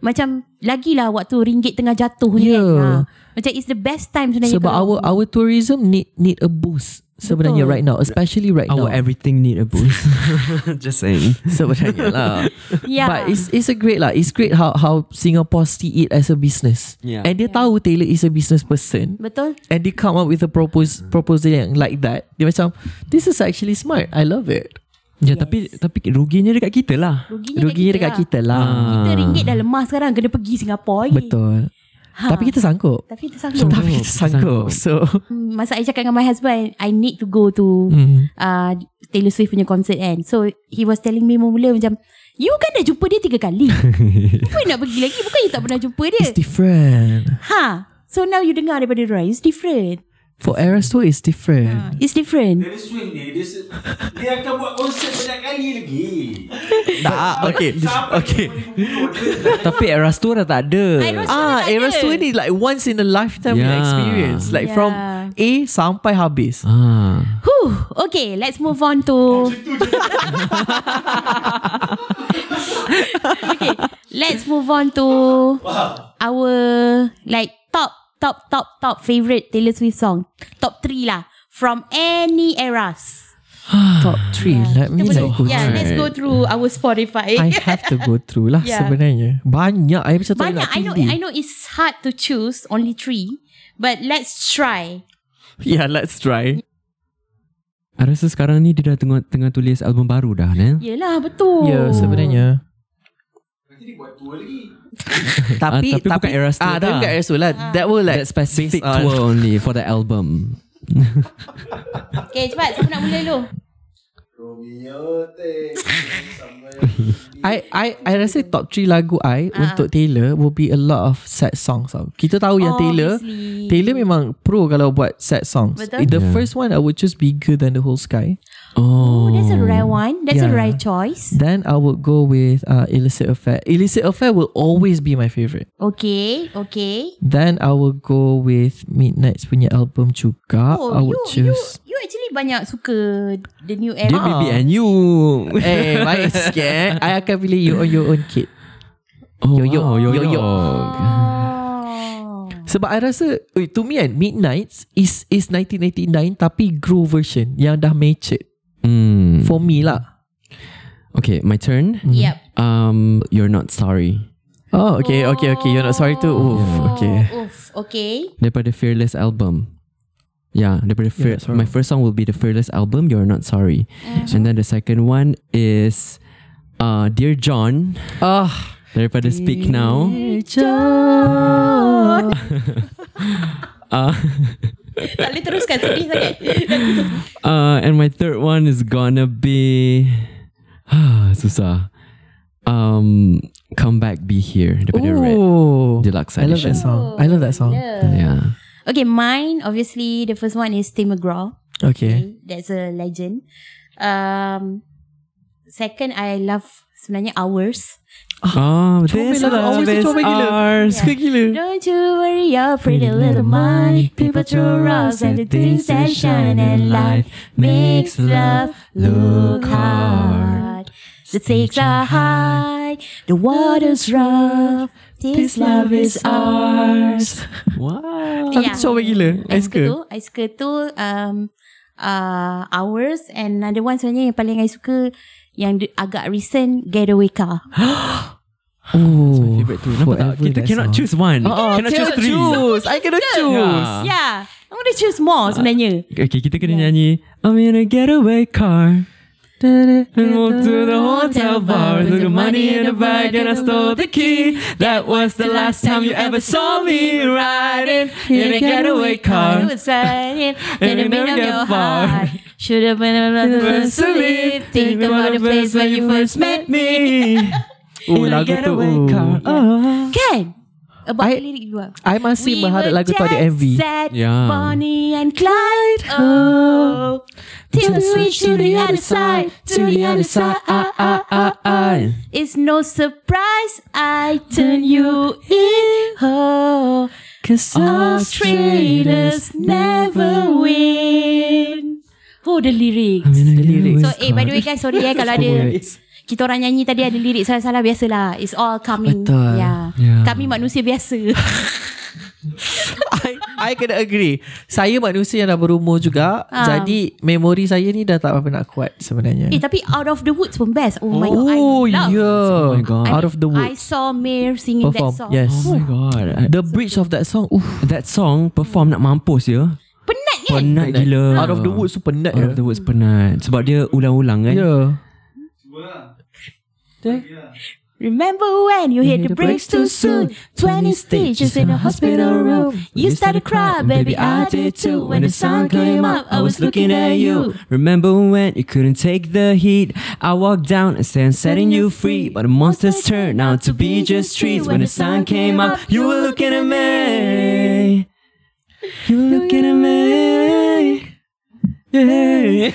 Macam lagilah waktu ringgit tengah jatuh ni Yeah. kan. Ha. Macam it's the best time sebenarnya. Sebab kalau- our our tourism need need a boost sebenarnya Betul. right now, especially right Our now. everything need a boost. Just saying. Sebenarnya lah. yeah. But it's it's a great lah. It's great how how Singapore see it as a business. Yeah. And dia tahu Taylor is a business person. Betul? And they come up with a propose Mm. proposal yang like that. Dia macam this is actually smart. I love it. Ya, tapi tapi ruginya dekat kita lah. Ruginya, Ruginya dekat Ah. kita lah. Kita ringgit dah lemah sekarang. Kena pergi Singapura lagi. Betul. Ha. Tapi kita sanggup. Tapi kita sanggup. Tapi kita sanggup. sanggup. So Hmm, Masa I cakap dengan my husband I need to go to uh, Taylor Swift punya concert kan So he was telling me mula macam You kan dah jumpa dia tiga kali Kenapa nak pergi lagi Bukan you tak pernah jumpa dia it's different. Ha So now you dengar daripada Roy It's different For Eras Tour it's different. It's different Taylor Swift ni dia, se- dia akan buat konsert banyak kali lagi. Tak, okay. Sampai Okay. tapi Eras tu dah tak ada. Eras tu dah Ah, tak ada. Eras Tour ni like once in a lifetime punya Yeah. experience. Like from Yeah. A sampai habis. Ah. Whew, Okay let's move on to Okay Let's move on to Our Like top Top top top Favorite Taylor Swift song Top 3 lah From any eras Top 3. Let me Kita boleh- like eh. go yeah, through let's it. go through our Spotify. I have to go through lah yeah. Yeah. sebenarnya. Banyak I macam tak Banyak nak I know pilih. I know it's hard to choose only three, but let's try. Yeah, let's try. I rasa sekarang ni dia dah tengah, tengah tulis album baru dah, Nel. Yelah betul. Ya, yeah, sebenarnya. tapi, Ah, tapi bukan Eras Tour ah, dah. tapi bukan Eras Tour lah. That will That like specific based on- tour only for the album. Okay, cepat siapa nak mula dulu? Romeo take I I I rasa top 3 lagu I Ah. untuk Taylor will be a lot of sad songs. Tau. Kita tahu yang Taylor Obviously. Taylor memang pro kalau buat sad songs. Betul. The Yeah. first one I would choose bigger than the whole sky. Oh. Oh, that's a rare one. That's a Yeah. rare choice. Then I would go with uh, illicit affair. Illicit affair will always be my favorite. Okay, okay. Then I will go with Midnight's punya album juga. Oh, I would you, you choose. you actually banyak suka the new Dia era. BBNU. Eh, baik sikit. I akan pilih you on your own kid. Oh, Yo, yo, wow, yo, yo. Oh. Sebab I rasa, eh, to me kan, Midnights is is 1989 tapi grow version yang dah matured. Hmm. For me lah. Okay, my turn. Yep. Um, You're Not Sorry. Oh, okay, okay, okay. You're not sorry too. Oh. Oof, okay. Oof, okay. Daripada Fearless album. Yeah, daripada Fear- Not Sorry. my first song will be the Fearless album, You're Not Sorry. And then the second one is uh, Dear John, Ah, daripada Speak Now. Tak boleh teruskan sedih sangat. Uh, and my third one is gonna be susah. Um, come back, be here. Daripada Red Oh, Deluxe I love Edition. that song. I love that song. Oh, Yeah. Okay, mine obviously the first one is Tim McGraw. Okay. Okay, That's a legend. Um, second, I love sebenarnya Hours. Oh, Comel this Ah, lah, always love is comel gila. ours. Suka gila. Don't you worry your pretty little mind. People throw rocks and the things that shine and light makes love look hard. The stakes are high, the water's rough. This love is ours. Wow. Aku Yeah. comel gila. I I suka suka. tu I suka tu um, uh, Hours And another one sebenarnya Yang paling I suka Yang di- agak recent Getaway Car Oh, Favorite tu Nampak tak forever, Kita that's cannot all. choose one Oh, Cannot choose three choose. I cannot choose. Ah. Yeah. I want to Ya. choose more sebenarnya. Okay kita kena nyanyi I'm in a getaway car And walk to the hotel bar With the money in the bag And I stole the key That was the last time you ever saw me Riding in a getaway car Outside, And let we it never bring up get your far. heart. Should have been another First first to leave Think about the place where you first met me. me Oh, In a lagu tu. getaway Oh. car oh. Kan? About I, I- lirik dua. I masih berharap were lagu tu ada jet MV. Set, Yeah. Bonnie and Clyde. Oh. Till we reach to the other side. To the other side. Ah, ah, ah, ah. It's no surprise I turn you in. Oh. Cause Us traders never win. Oh, the lyrics. So, eh, by the way guys, sorry eh kalau ada kita orang nyanyi tadi ada lirik salah-salah biasalah. It's all coming. Betul. Yeah. Yeah. Kami manusia biasa. I, I kena agree Saya manusia yang dah berumur juga Ah. Jadi memori saya ni Dah tak apa nak kuat sebenarnya eh, tapi Out of the Woods pun best. Oh, ya. my god. I Oh love. yeah my God. Out of the I woods saw Mayor singing Perform that song. Yes Oh my god I- The bridge of that song Oof That song perform nak mampus ya Penat kan? Penat gila Out of the woods Ya. tu penat ya. Out of the woods penat Sebab dia ulang-ulang kan Yeah Remember when you hit the brakes too soon? 20 stitches in a hospital room. You started crying, baby, I did too. When the sun came up, I was looking at you. Remember when you couldn't take the heat? I walked down and sand setting you free. But the monsters turned out to be just trees. When the sun came up, you were looking at me. You were looking at me. Yeah.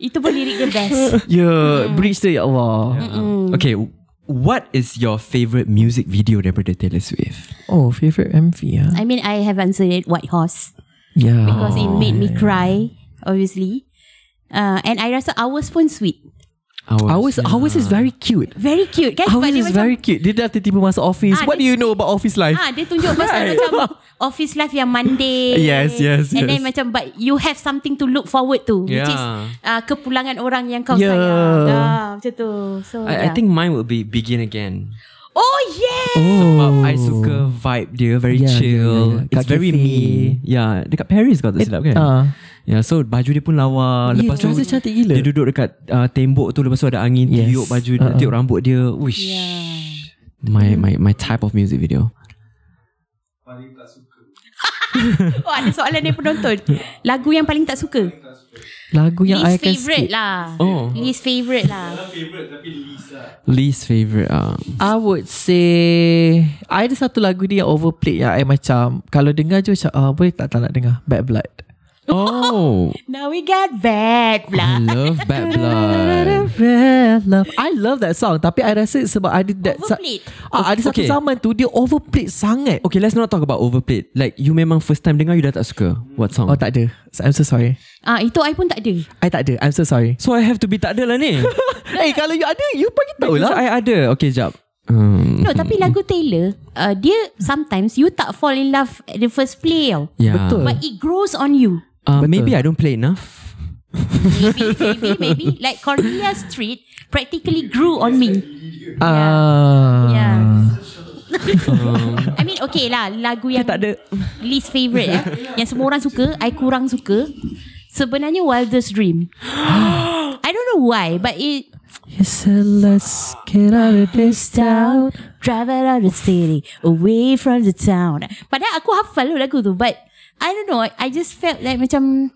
Itu pun lirik dia best. Yeah Bridge tu ya Allah Okay, what is your favorite music video daripada Taylor Swift? Oh favourite MV ah. I mean, I have answered it, White Horse. Yeah Because it made me cry, obviously. Uh, and I rasa ours pun sweet. Ours, ours is very cute Very cute kan? Sebab Ours dia is macam- very cute Dia dah tiba-tiba masuk office Ah, What do dia- you know about office life? Ah, dia tunjuk pasal macam office life yang mundane. Yes, yes, And then yes. macam but you have something to look forward to, yeah. which is Yeah. uh, kepulangan orang yang kau Yeah. sayang. Ah, macam tu. So yeah. I, I think mine would be Begin Again. Oh yes. Oh. Sebab I suka vibe dia Very Yeah, chill yeah, yeah, yeah. It's Kat very cafe. me Yeah Dekat Paris kalau tak silap kan ah. Yeah so baju dia pun lawa Yeah, Lepas tu rasa cantik gila. Dia duduk dekat uh, tembok tu Lepas tu ada angin yes. Yes. Tiup baju dia Uh-uh. Tiup rambut dia Wish Yeah. My my my type of music video Oh ada soalan dari penonton. Lagu yang paling tak suka. Lagu yang I least akan favourite skip lah. Oh Least favourite lah. Least favourite uh, I would say I ada satu lagu dia yang overplayed Yang I macam Kalau dengar je macam ah, Boleh tak tak nak dengar Bad Blood Oh Now we got bad I lah. love Bad Blood Love. I love that song Tapi I rasa sebab ada that Overplayed. ah, Ada satu Okay. zaman tu Dia overplayed sangat Okay let's not talk about overplayed Like you memang first time dengar You dah tak suka What song Oh tak ada So, I'm so sorry Ah itu I pun tak ada. I tak ada I'm so sorry So I have to be tak ada lah ni Eh hey, kalau you ada You bagi tahu Because lah I ada Okay jap um, No tapi lagu Taylor uh, dia sometimes you tak fall in love at the first play tau. yeah. Betul. But it grows on you. Ya. Uh, Betul. maybe I don't play enough. maybe, maybe, maybe. Like Cornelia Street practically grew on me. Ah. Yeah. I mean, okay lah. Lagu yang least favourite eh. Yang semua orang suka, I kurang suka. Sebenarnya Wildest Dream. I don't know why, but it He said let's get out of this town down, drive out of the city, away from the town. Padahal aku hafal tu lagu tu, but I don't know. I, I just felt like macam,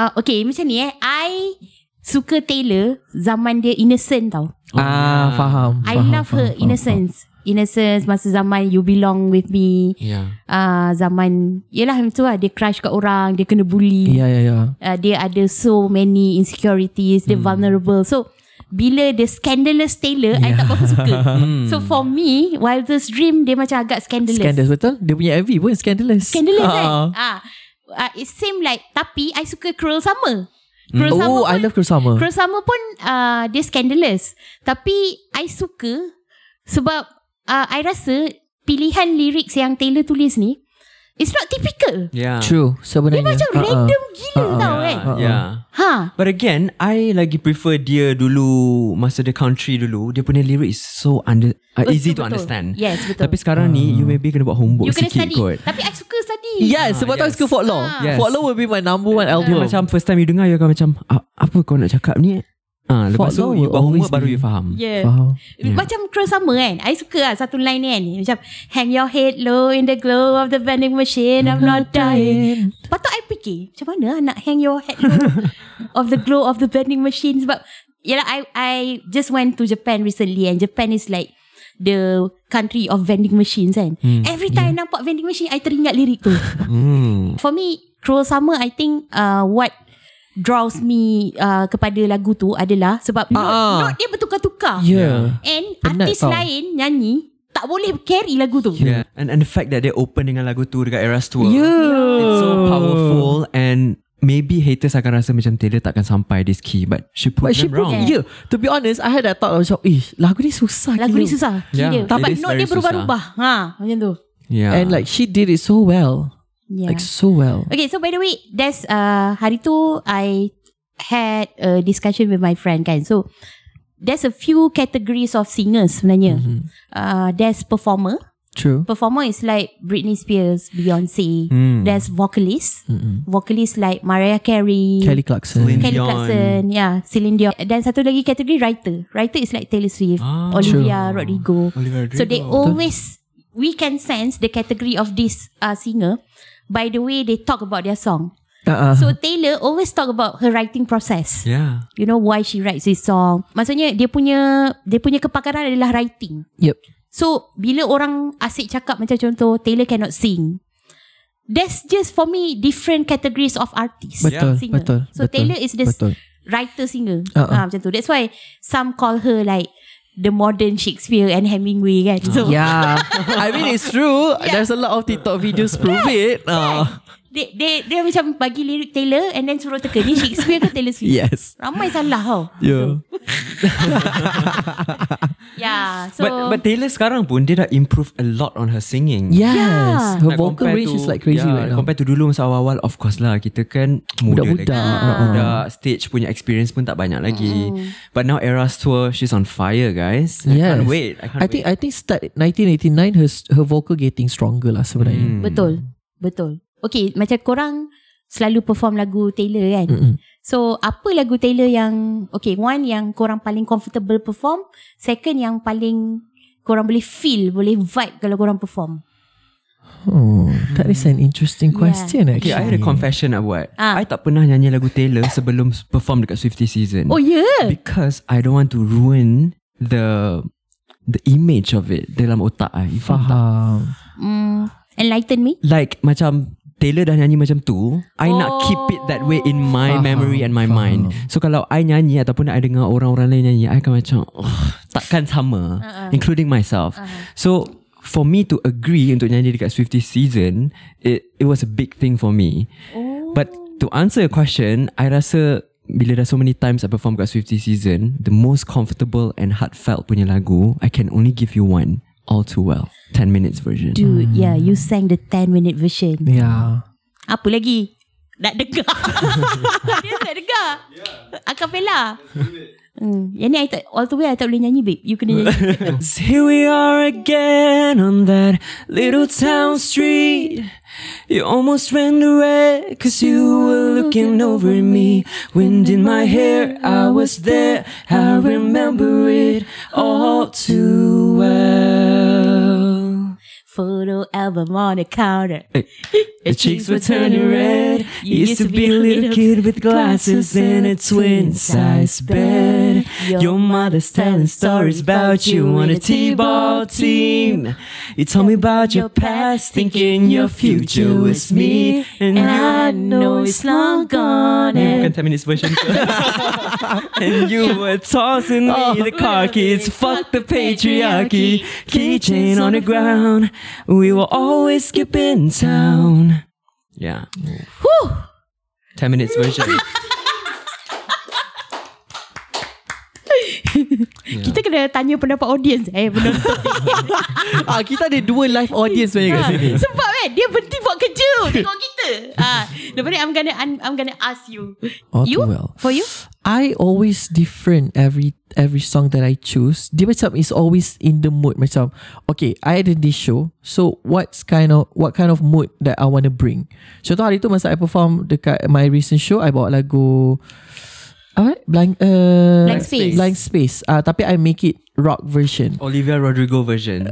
uh, okay macam ni eh. I suka Taylor zaman dia innocent tau. Oh. Ah faham I faham, love her faham, faham, innocence. Innocence masa zaman you belong with me. Yeah. Uh, zaman yelah macam tu lah dia crush kat orang, dia kena bully. Ya ya ya Uh, dia ada so many insecurities, Hmm. dia vulnerable. So bila the scandalous Taylor, I tak berapa suka. so for me, Wildest Dream dia macam agak scandalous. Hmm. Scandalous betul Dia punya MV pun scandalous Scandalous Ah. kan? Ah. Uh, it seem like tapi I suka Cruel Summer. Cruel Oh I love Kurosama Cruel Summer pun uh, dia scandalous. Tapi I ah, suka sebab uh, I rasa pilihan lyrics yang Taylor tulis ni It's not typical. Yeah. True Dia sebenarnya. macam Uh-uh. random gila tau kan. Ah, Yeah. yeah. Ha. But again, I lagi prefer dia dulu masa the country dulu. Dia punya lyric is so under uh, Betul, easy to betul. understand. Hmm. Yes, betul. Tapi sekarang ni you maybe kena buat You homework kena sikit study. kot. Ya. Tapi I suka study. Yeah, sebab tu I yes. suka Fort Law. Ah. Yes. Fort Law will be my number one Dia album. macam first time you dengar you akan macam "Ah, apa kau nak cakap ni? Ah, lepas Fort Law tu you will buat homework always baru be- you faham. Yeah. Faham. Ya. Yeah. Macam Crow sama kan I suka lah satu line ni kan Macam Hang your head low In the glow of the vending machine I'm not dying Patut I fikir Macam mana lah nak hang your head low Of the glow of the vending machine Sebab Yalah I I just went to Japan recently And Japan is like The country of vending machines kan Hmm. Every time yeah. nampak vending machine I teringat lirik tu Hmm. For me Crow sama I think uh, What draws me uh, kepada lagu tu adalah sebab uh-uh. Ah. note, note dia bertukar-tukar. Yeah. And Penat artis tau. lain nyanyi tak boleh carry lagu tu. Yeah. And, and the fact that they open dengan lagu tu dekat Eras Tour. Yeah. It's so powerful and maybe haters akan rasa macam Taylor takkan sampai this key but she put them But she put, wrong. yeah. To be honest, I had that thought macam, eh, lagu ni susah. Lagu gila." ni susah. Yeah, Gila. it Tapi is note very dia berubah-ubah. Ha, macam tu. yeah. And like, she did it so well. Yeah. Like, so well. Okay, so by the way, there's uh, hari tu I had a discussion with my friend kan. So there's a few categories of singers sebenarnya. Mm-hmm. Uh, there's performer. True. Performer is like Britney Spears, Beyonce. There's vocalist. Vocalist like Mariah Carey. Kelly Clarkson. Celine Kelly Dion. Clarkson Yeah Celine Dion Dan satu lagi kategori writer Writer is like Taylor Swift Ah. Olivia Rodrigo Olivia So they always We can sense The category of this uh, singer By the way They talk about their song Uh-uh. So Taylor always talk about Her writing process Ah. yeah. You know why she writes this song Maksudnya Dia punya Dia punya kepakaran adalah writing yep. So bila orang asyik cakap macam contoh Taylor cannot sing. That's just for me different categories of artists. Betul, singer. betul, So betul, Taylor is this betul. writer singer. Uh-uh. Ha, macam tu. That's why some call her like the modern Shakespeare and Hemingway kan. So Ah. Yeah. I mean, it's true. There's a lot of TikTok videos prove it. Uh, dia, dia, dia macam bagi lirik Taylor and then suruh teka ni Shakespeare ke Taylor Swift. yes. Ramai salah tau. Yeah. Yeah. So But but Taylor sekarang pun dia dah improve a lot on her singing. Yes. Yeah. Her Like vocal compare range to- is like crazy yeah, right now. Compare to dulu masa awal-awal Of course lah Kita kan muda Budak-budak. Ah. lagi Budak-budak Stage punya experience pun tak banyak lagi Mm. But now Eras Tour She's on fire guys I Yes. can't wait I, can't think wait. I think start 1989 her her vocal getting stronger lah Hmm. sebenarnya. Betul Betul Okay macam korang Selalu perform lagu Taylor kan Mm-mm. So apa lagu Taylor yang Okay one yang korang paling comfortable perform Second yang paling Korang boleh feel Boleh vibe kalau korang perform Oh, that is an interesting Yeah. question Mm. Okay, actually. I had a confession nak buat. Ah. I tak pernah nyanyi lagu Taylor sebelum perform dekat Swifty season. Oh ya yeah. Because I don't want to ruin the the image of it dalam otak I. You faham tak? Faham. mm, Enlighten me Like macam Taylor dah nyanyi macam tu, I nak Oh. keep it that way in my Faham, memory and my faham. mind. So kalau I nyanyi ataupun I dengar orang-orang lain nyanyi, I akan macam oh, takkan Uh-uh. sama, Uh-huh. including myself. So for me to agree untuk nyanyi dekat Swifty season, it it was a big thing for me. Oh But to answer your question, I rasa bila dah so many times I perform kat Swifty season, the most comfortable and heartfelt punya lagu, I can only give you one, All Too Well, 10 minutes version. Dude yeah ya, you sang the 10 minute version Ya. Yeah. Apa lagi Nak dengar Dia nak dengar yeah. Acapella Hmm. Yang ni I tak, all the way I tak boleh nyanyi babe You kena nyanyi Here we are again on that little town street. You almost ran away cause you were looking over me. Wind in my hair, I was there. I remember it all too well. Photo album on the counter. Her cheeks were turning red. You used to be a little kid with glasses in a twin size bed. Your mother's telling stories about you on a T ball team. You told me about your past, thinking your future was me. And I know it's long gone. and- Contaminants version. and you were tossing me the car keys. Oh. Fuck the patriarchy. Keychain on the ground. We were always skipping town. Yeah. Whew. 10 minutes version. Kita kena tanya pendapat audience eh penonton. ah, kita ada dua live audience sebenarnya kat sini. Sebab kan dia berhenti buat kerja tengok kita. Ah, lepas ni I'm gonna I'm, I'm gonna ask you. Oh, you tu well. for you? I always different every every song that I choose. Dia macam is always in the mood macam okay, I ada this show. So what's kind of what kind of mood that I want to bring. Contoh hari tu masa I perform dekat my recent show, I bawa lagu apa? Blank uh, Blank Space. Oh. Blank Space. Ah, tapi I make it rock version. Olivia Rodrigo version.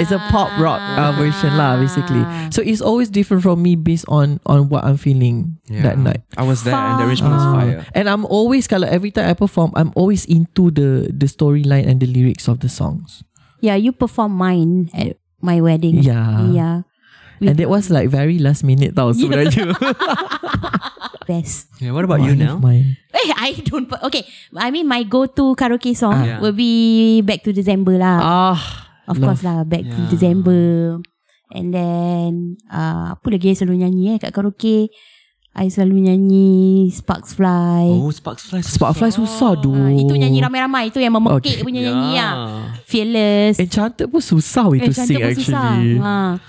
It's a pop rock uh, version lah basically. Ah. So it's always different from me based on on what I'm feeling that night. I was there and the Richmond was fire. Ah. And I'm always kalau every time I perform, I'm always into the the storyline and the lyrics of the songs. Yeah, you perform mine at my wedding. Yeah. Yeah. And that was like very last minute tau sebenarnya. Best. Yeah, what about One you of now? mine. Eh, I don't. per- Okay, I mean my go-to karaoke song Ah. will be Back to December lah. Ah, of course lah, Back to December. And then uh, apa lagi saya selalu nyanyi eh kat karaoke? I selalu nyanyi Sparks Fly. Oh, Sparks Fly. Spotify susah tu. Ah, itu nyanyi ramai-ramai Itu yang memekik Oh. Okay. punya nyanyi lah Fearless Enchanted pun susah way to Enchanted sing pun susah. actually. ha.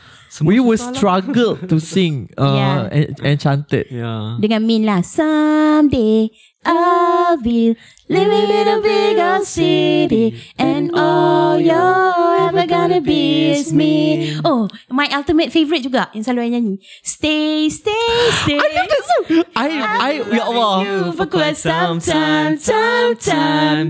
We were struggle to sing uh, en- Enchanted. Yeah. Dengan Min lah Someday I'll be Living in a big old city And all you're ever gonna be is me Oh My ultimate favourite juga Yang selalu I nyanyi Stay, stay, stay I, I, ya Allah. You for quite some time, time, time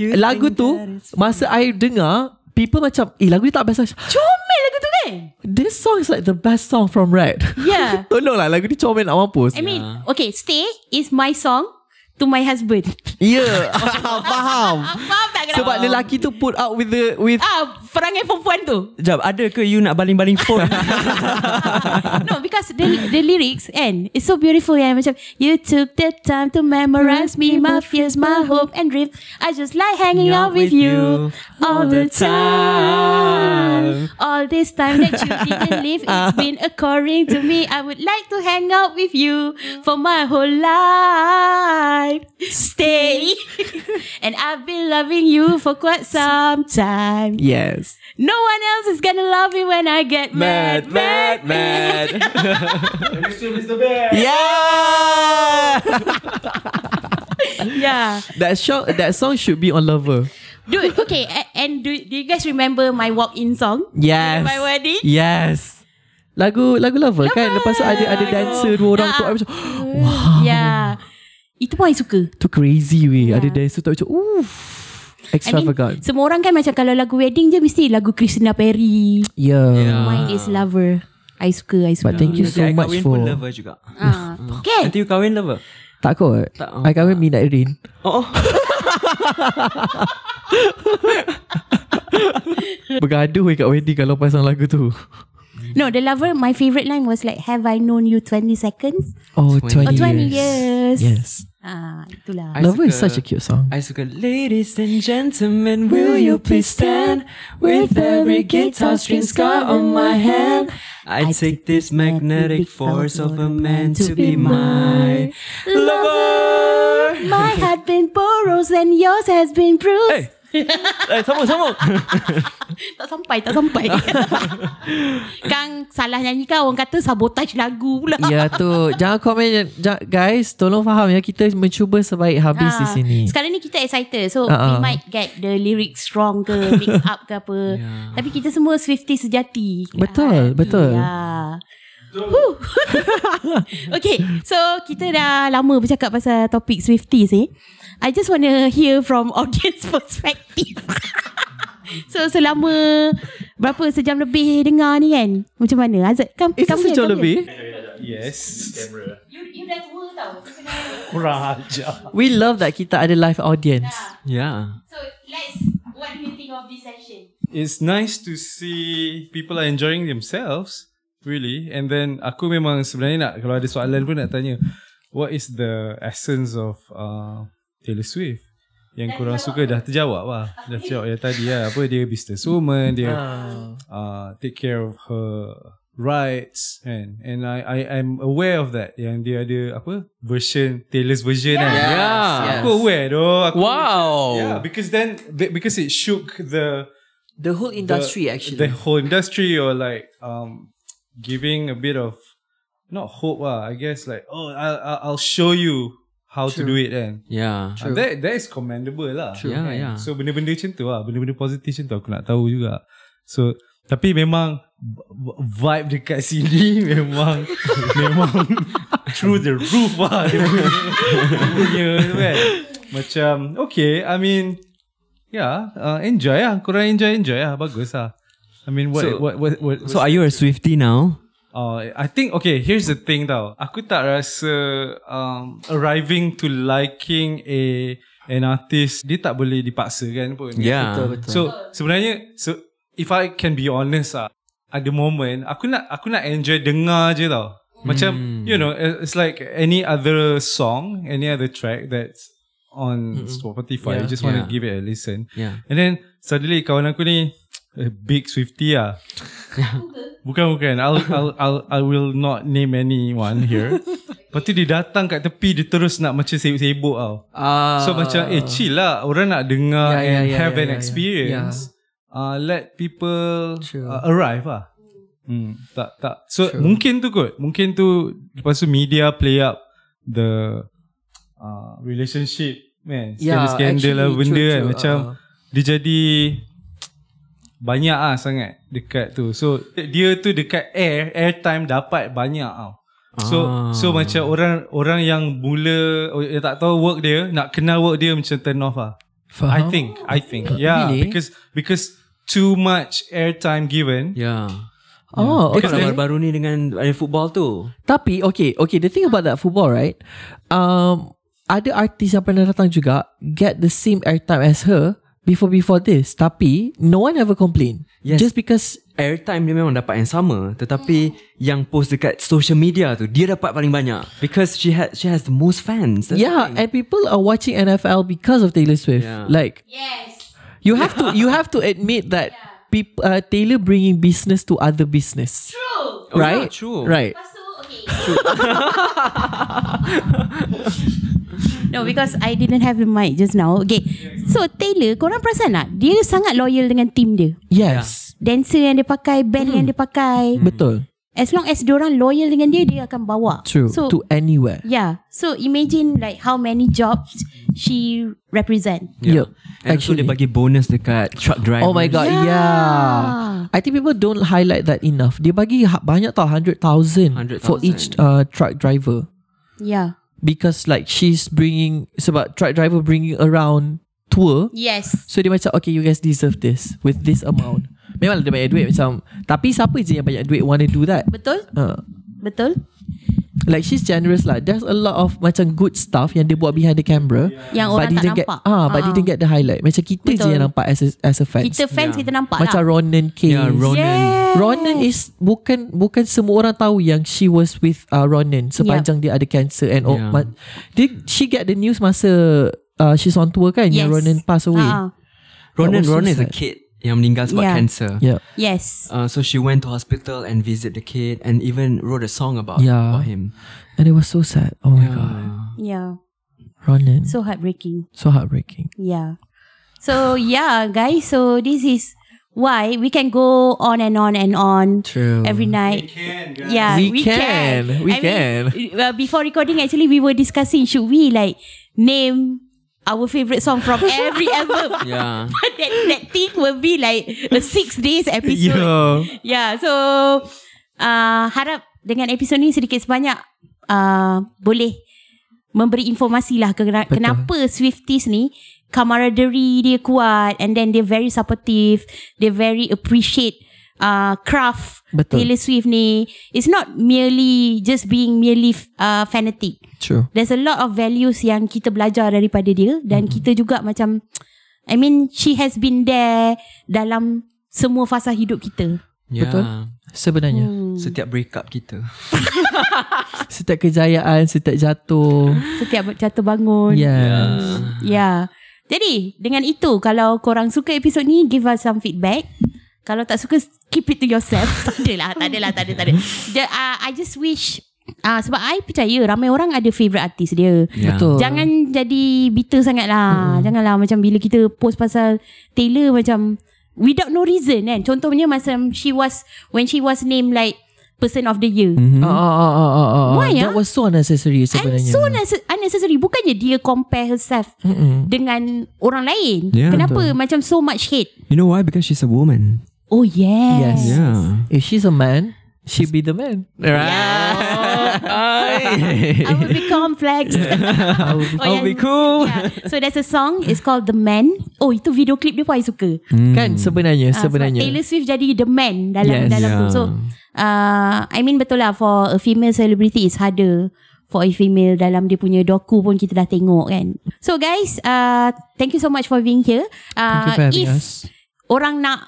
Lagu tu, masa I dengar, people macam, eh lagu ni tak best. Comel lagu tu kan This song is like the best song from Red. Yeah Tolonglah Oh, lah. lagu ni comel nak mampus. I mean, okay, stay is my song to my husband. Ya yeah. Faham Faham tak kenapa? Ah. Sebab lelaki tu Put out with the With Ah, perangai perempuan tu. Jap, ada ke you nak baling-baling phone? No, because the, the lyrics and it's so beautiful. Yeah, macam you took the time to memorize me, my fears, my hope and dreams. I just like hanging out with you all the time. All this time that you didn't leave, it's been occurring to me. I would like to hang out with you for my whole life. Stay, and I've been loving you for quite some time. Yes No one else is gonna love me when I get mad, mad, mad. Yeah Yeah. That song That song should be on Lover Dude, okay. a- And do, do you guys remember my walk-in song? Yes My wedding? Yes Lagu Lagu Lover kan Lepas tu ada Ada dancer Dua Ah. orang tu I macam Wah Yeah. Itu pun I suka. Tu crazy weh Ada dancer tu I macam Oof Extravagant oh semua orang kan macam kalau lagu wedding je mesti lagu Christina Perry. Yeah, Ya. Mine is Lover. I suka, I Ah. suka. But thank you so much kahwin for pun lover juga. Ah, Nanti okay. you kahwin lover? Tak kot I kahwin Mina Erin Oh. Bergaduh weh kat wedding Kalau pasang lagu tu No, The Lover, my favorite line was like, have I known you 20 seconds? Oh Or 20 20, 20 years. years Yes Ah, itulah. I Lover is suka- such a cute song. I suka Ladies and gentlemen Will you please stand With every guitar string scar on my hand I take this magnetic force Of a man to be my Lover My heart been borrows and yours has been bruised. Eh sambung sambung Tak sampai, tak sampai. Kang salah nyanyi kau, orang kata sabotage lagu pula. Ya tu Jangan komen ja- Guys Tolong faham ya Kita mencuba sebaik Eh, habis Ah, di sini Sekarang ni kita excited So uh-uh. we Ah, ah. might get the lyrics wrong ke Mix up ke apa yeah. Tapi kita semua Swifty sejati Betul Betul yeah. Huh. okay So kita dah lama bercakap Pasal topik Swifty eh. I just want to hear from audience perspective So selama Berapa sejam lebih dengar ni kan Macam mana Azad kam, Is it kamu sejauh kamu lebih? You, you dah tua tau We love that kita ada live audience Yeah So let's What do you think of this session it's nice to see people are enjoying themselves really and then aku memang sebenarnya nak kalau ada soalan pun nak tanya what is the essence of uh, Taylor Swift yang dah korang suka dah terjawab lah dah terjawab yang tadi lah apa dia businesswoman dia Ah. uh, take care of her rights and and I I am aware of that yang dia ada apa version Taylor's version yeah. kan Yeah. aku aware doh aku Wow yeah because then because it shook the The whole the- The whole industry or like um giving a bit of not hope, ah, I guess like oh I'll I'll- I'll show you how to do it then. Yeah. Ah, that that is commendable lah. True. Yeah, yeah. So benda-benda macam tu lah, benda-benda positif macam tu aku nak tahu juga. So tapi memang v- v- vibe dekat sini memang memang through the roof lah dia punya, dia punya tu kan. Macam okay, I mean yeah, uh, enjoy lah. Korang enjoy enjoy lah. Bagus lah. I mean what So- what what, what So are you a Swifty now? Oh, I think okay. Here's the thing, tau. Aku tak rasa um, arriving to liking a an artist dia tak boleh dipaksa kan pun. Yeah. So sebenarnya, so if I can be honest ah, ada moment aku nak aku nak enjoy dengar je tau. Macam Hmm. you know, it- it's like any other song, any other track that's on Spotify. You just want Yeah. to give it a listen. Yeah. And then suddenly kawan aku ni a big Swifty ah. Bukan bukan I'll, I'll, I'll, I will not name anyone here Lepas tu dia datang kat tepi Dia terus nak macam sibuk-sibuk tau Ah. Ya, So macam eh chill lah Orang nak dengar Yeah, yeah, And yeah, have yeah, an yeah, yeah. experience Ya. Uh, Let people uh, arrive lah hmm, Tak tak So mungkin tu kot Mungkin tu Lepas tu media play up The uh, Relationship Man Yeah, Ya, Scandal-scandal lah actually, benda true, kan true, Macam uh. Dia jadi Banyak ah sangat Dekat tu So dia tu dekat air Airtime dapat banyak tau So ah. so macam orang orang yang mula oh, yang tak tahu work dia nak kenal work dia macam turn off ah. Faham. Uh, I think I think yeah Really? because because too much airtime given. Yeah. Oh, Dia okay. kalau baru-baru ni dengan ada football tu. Tapi okay, okay. The thing about that football, right? Um, ada artis yang pernah datang juga get the same airtime as her before before this. Tapi no one ever complain. Yes. Just because Airtime dia memang dapat yang sama Tetapi Yang post dekat social media tu Dia dapat paling banyak Because she has she has the most fans That's yeah, the thing. and people are watching NFL because of Taylor Swift. Yeah. Like Yes. you have to you have to admit that peop- uh, Taylor bringing business to other business. True. Oh, right? yeah, true. Right. Lepas tu, okay. no, because I didn't have the mic just now. Okay. So, Taylor, korang perasan tak? Dia sangat loyal dengan team dia. Yes. Dancer yang dia pakai, band yang dia pakai. Betul. Mm. As long as diorang loyal dengan dia, dia akan bawa. True. So, to anywhere. yeah. So, imagine like how many jobs she represent. Yeah. And Actually. so dia bagi bonus dekat Truck driver Oh my god, Ya. yeah. Yeah. I think people don't highlight that enough. Dia bagi ha- banyak tau 100,000 100,000. for each uh, truck driver Yeah. because like she's bringing sebab truck driver bringing around tour. Yes. So dia macam okay you guys deserve this with this amount. Memang dia banyak duit macam tapi siapa je yang banyak duit want to do that? Betul? Uh, Betul? like she's generous lah. There's a lot of macam good stuff yang dia buat behind the camera. Yang but orang tak didn't get, nampak. Ah, but Ah. didn't get the highlight. Macam kita je Betul. yang nampak as a, as a fans. Kita fans, kita nampak ya. macam lah. Ronan Case. Yeah Ronan Yes. Ronan is bukan bukan semua orang tahu yang she was with uh, Ronan Ya. sepanjang dia ada cancer and oh, Yeah. ma- did she get the news masa uh, she's on tour kan yang Yes. Ronan pass away. Ah, ah. Ronan That was so Ronan is a sad. kid Yang meninggal sebab Yeah. cancer Yeah. Yes. Uh, so she went to hospital and visit the kid and even wrote a song about Yeah. about him. And it was so sad. Ya. Oh my god. Yeah. Ronan. So So, heartbreaking. heartbreaking. Yeah. So yeah, guys. So this is why we can go on and on and on True. every night. Can guys. Yeah, we, We can. We I can. Mean, well, before recording, actually, we were discussing should we like name our favorite song from every album. Uh, Yeah. that that thing will be like a six days episode. Yeah. Ya, so uh, harap dengan episod ni sedikit sebanyak uh, boleh memberi informasi lah kena- kenapa Swifties ni camaraderie dia kuat and then they're very supportive, they very appreciate uh, craft Betul. Taylor Swift ni. It's not merely just being merely uh, fanatic True. there's a lot of values yang kita belajar daripada dia dan kita juga macam I mean she has been there dalam semua fasa hidup kita. yeah. Betul. Sebenarnya Setiap breakup kita. Ah. setiap kejayaan, setiap jatuh. Setiap jatuh bangun. Ya. Yeah. Ya. Yeah. Jadi dengan itu kalau korang suka episod ni give us some feedback. Kalau tak suka keep it to yourself. tak adalah, tak adalah, tak ada, tak ada. Ju- uh, I just wish uh, sebab I percaya ramai orang ada favourite artis dia. Yeah. Betul. Jangan jadi bitter sangat lah. Hmm. Janganlah macam bila kita post pasal Taylor macam without no reason kan. Contohnya macam she was when she was named like person of the year. Ah, ah, ah, ah, ah, ah. Why, ah? That was so unnecessary And sebenarnya. so nece- unnecessary Bukannya dia compare herself Mm-mm. Dengan orang lain Yeah, Kenapa betul. macam so much hate You know why? Because she's a woman. Oh yes, Yes. Yeah. If she's a man, she'd be the man. I will be complex I I'll be cool. Oh, yeah. So there's a song It's called The Man Oh itu video clip dia pun I suka Kan sebenarnya, Ah, sebab sebenarnya. Taylor Swift jadi the man dalam Yes. dalam tu. Yeah. So uh, I mean betul lah for a female celebrity it's harder for a female dalam dia punya doku pun kita dah tengok kan. So guys, uh, thank you so much for being here. Thank Uh, you for having if us. orang nak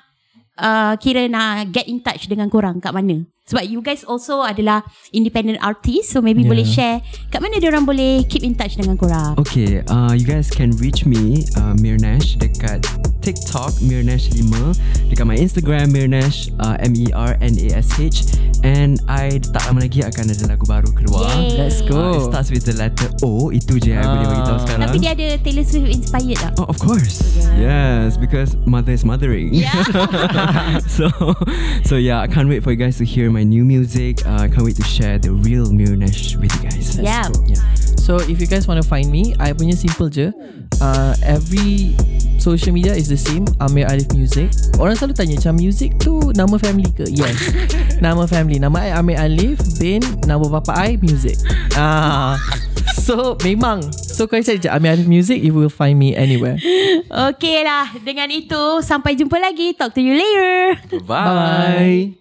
uh, kira nak get in touch dengan korang kat mana? Sebab you guys also adalah independent artist so maybe yeah. boleh share kat mana dia orang boleh keep in touch dengan korang. Okay, uh, you guys can reach me, uh, Mirnash, dekat TikTok, Mirnash5, dekat my Instagram, Mirnash, uh, M-E-R-N-A-S-H and I tak lama lagi akan ada lagu baru keluar. Yay. Let's go. Uh, it starts with the letter O, itu je yang I boleh Ah. beritahu sekarang. Tapi dia ada Taylor Swift inspired tak? Oh, of course. Yes, because mother is mothering. so, so yeah, I can't wait for you guys to hear my new music. Uh, I can't wait to share the real Mirnash with you guys. Yeah. yeah. So if you guys want to find me, I punya simple je. Uh, every social media is the same. Amir Arif Music. Orang selalu tanya macam music tu nama family ke? Yes. nama family. Nama I Amir Alif bin nama bapa I Music. Ah. So memang So korang cari je Amir Arif Music You will find me anywhere Okay lah Dengan itu Sampai jumpa lagi Talk to you later Bye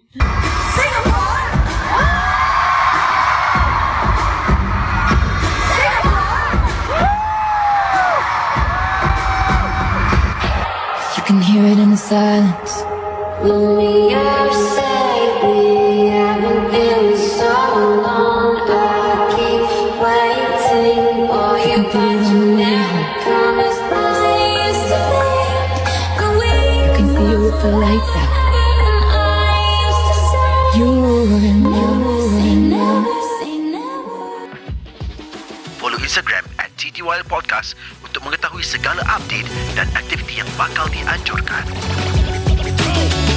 You can hear it in the silence. When we are safe, we haven't been so long. I keep waiting for you, but you never come as close to me. Could we You can feel go the light further that than I used to say? you and Never you say and you. never, say never. Follow Instagram at TTYL Podcast untuk mengetahui segala update dan aktiviti yang bakal dianjurkan. Hey.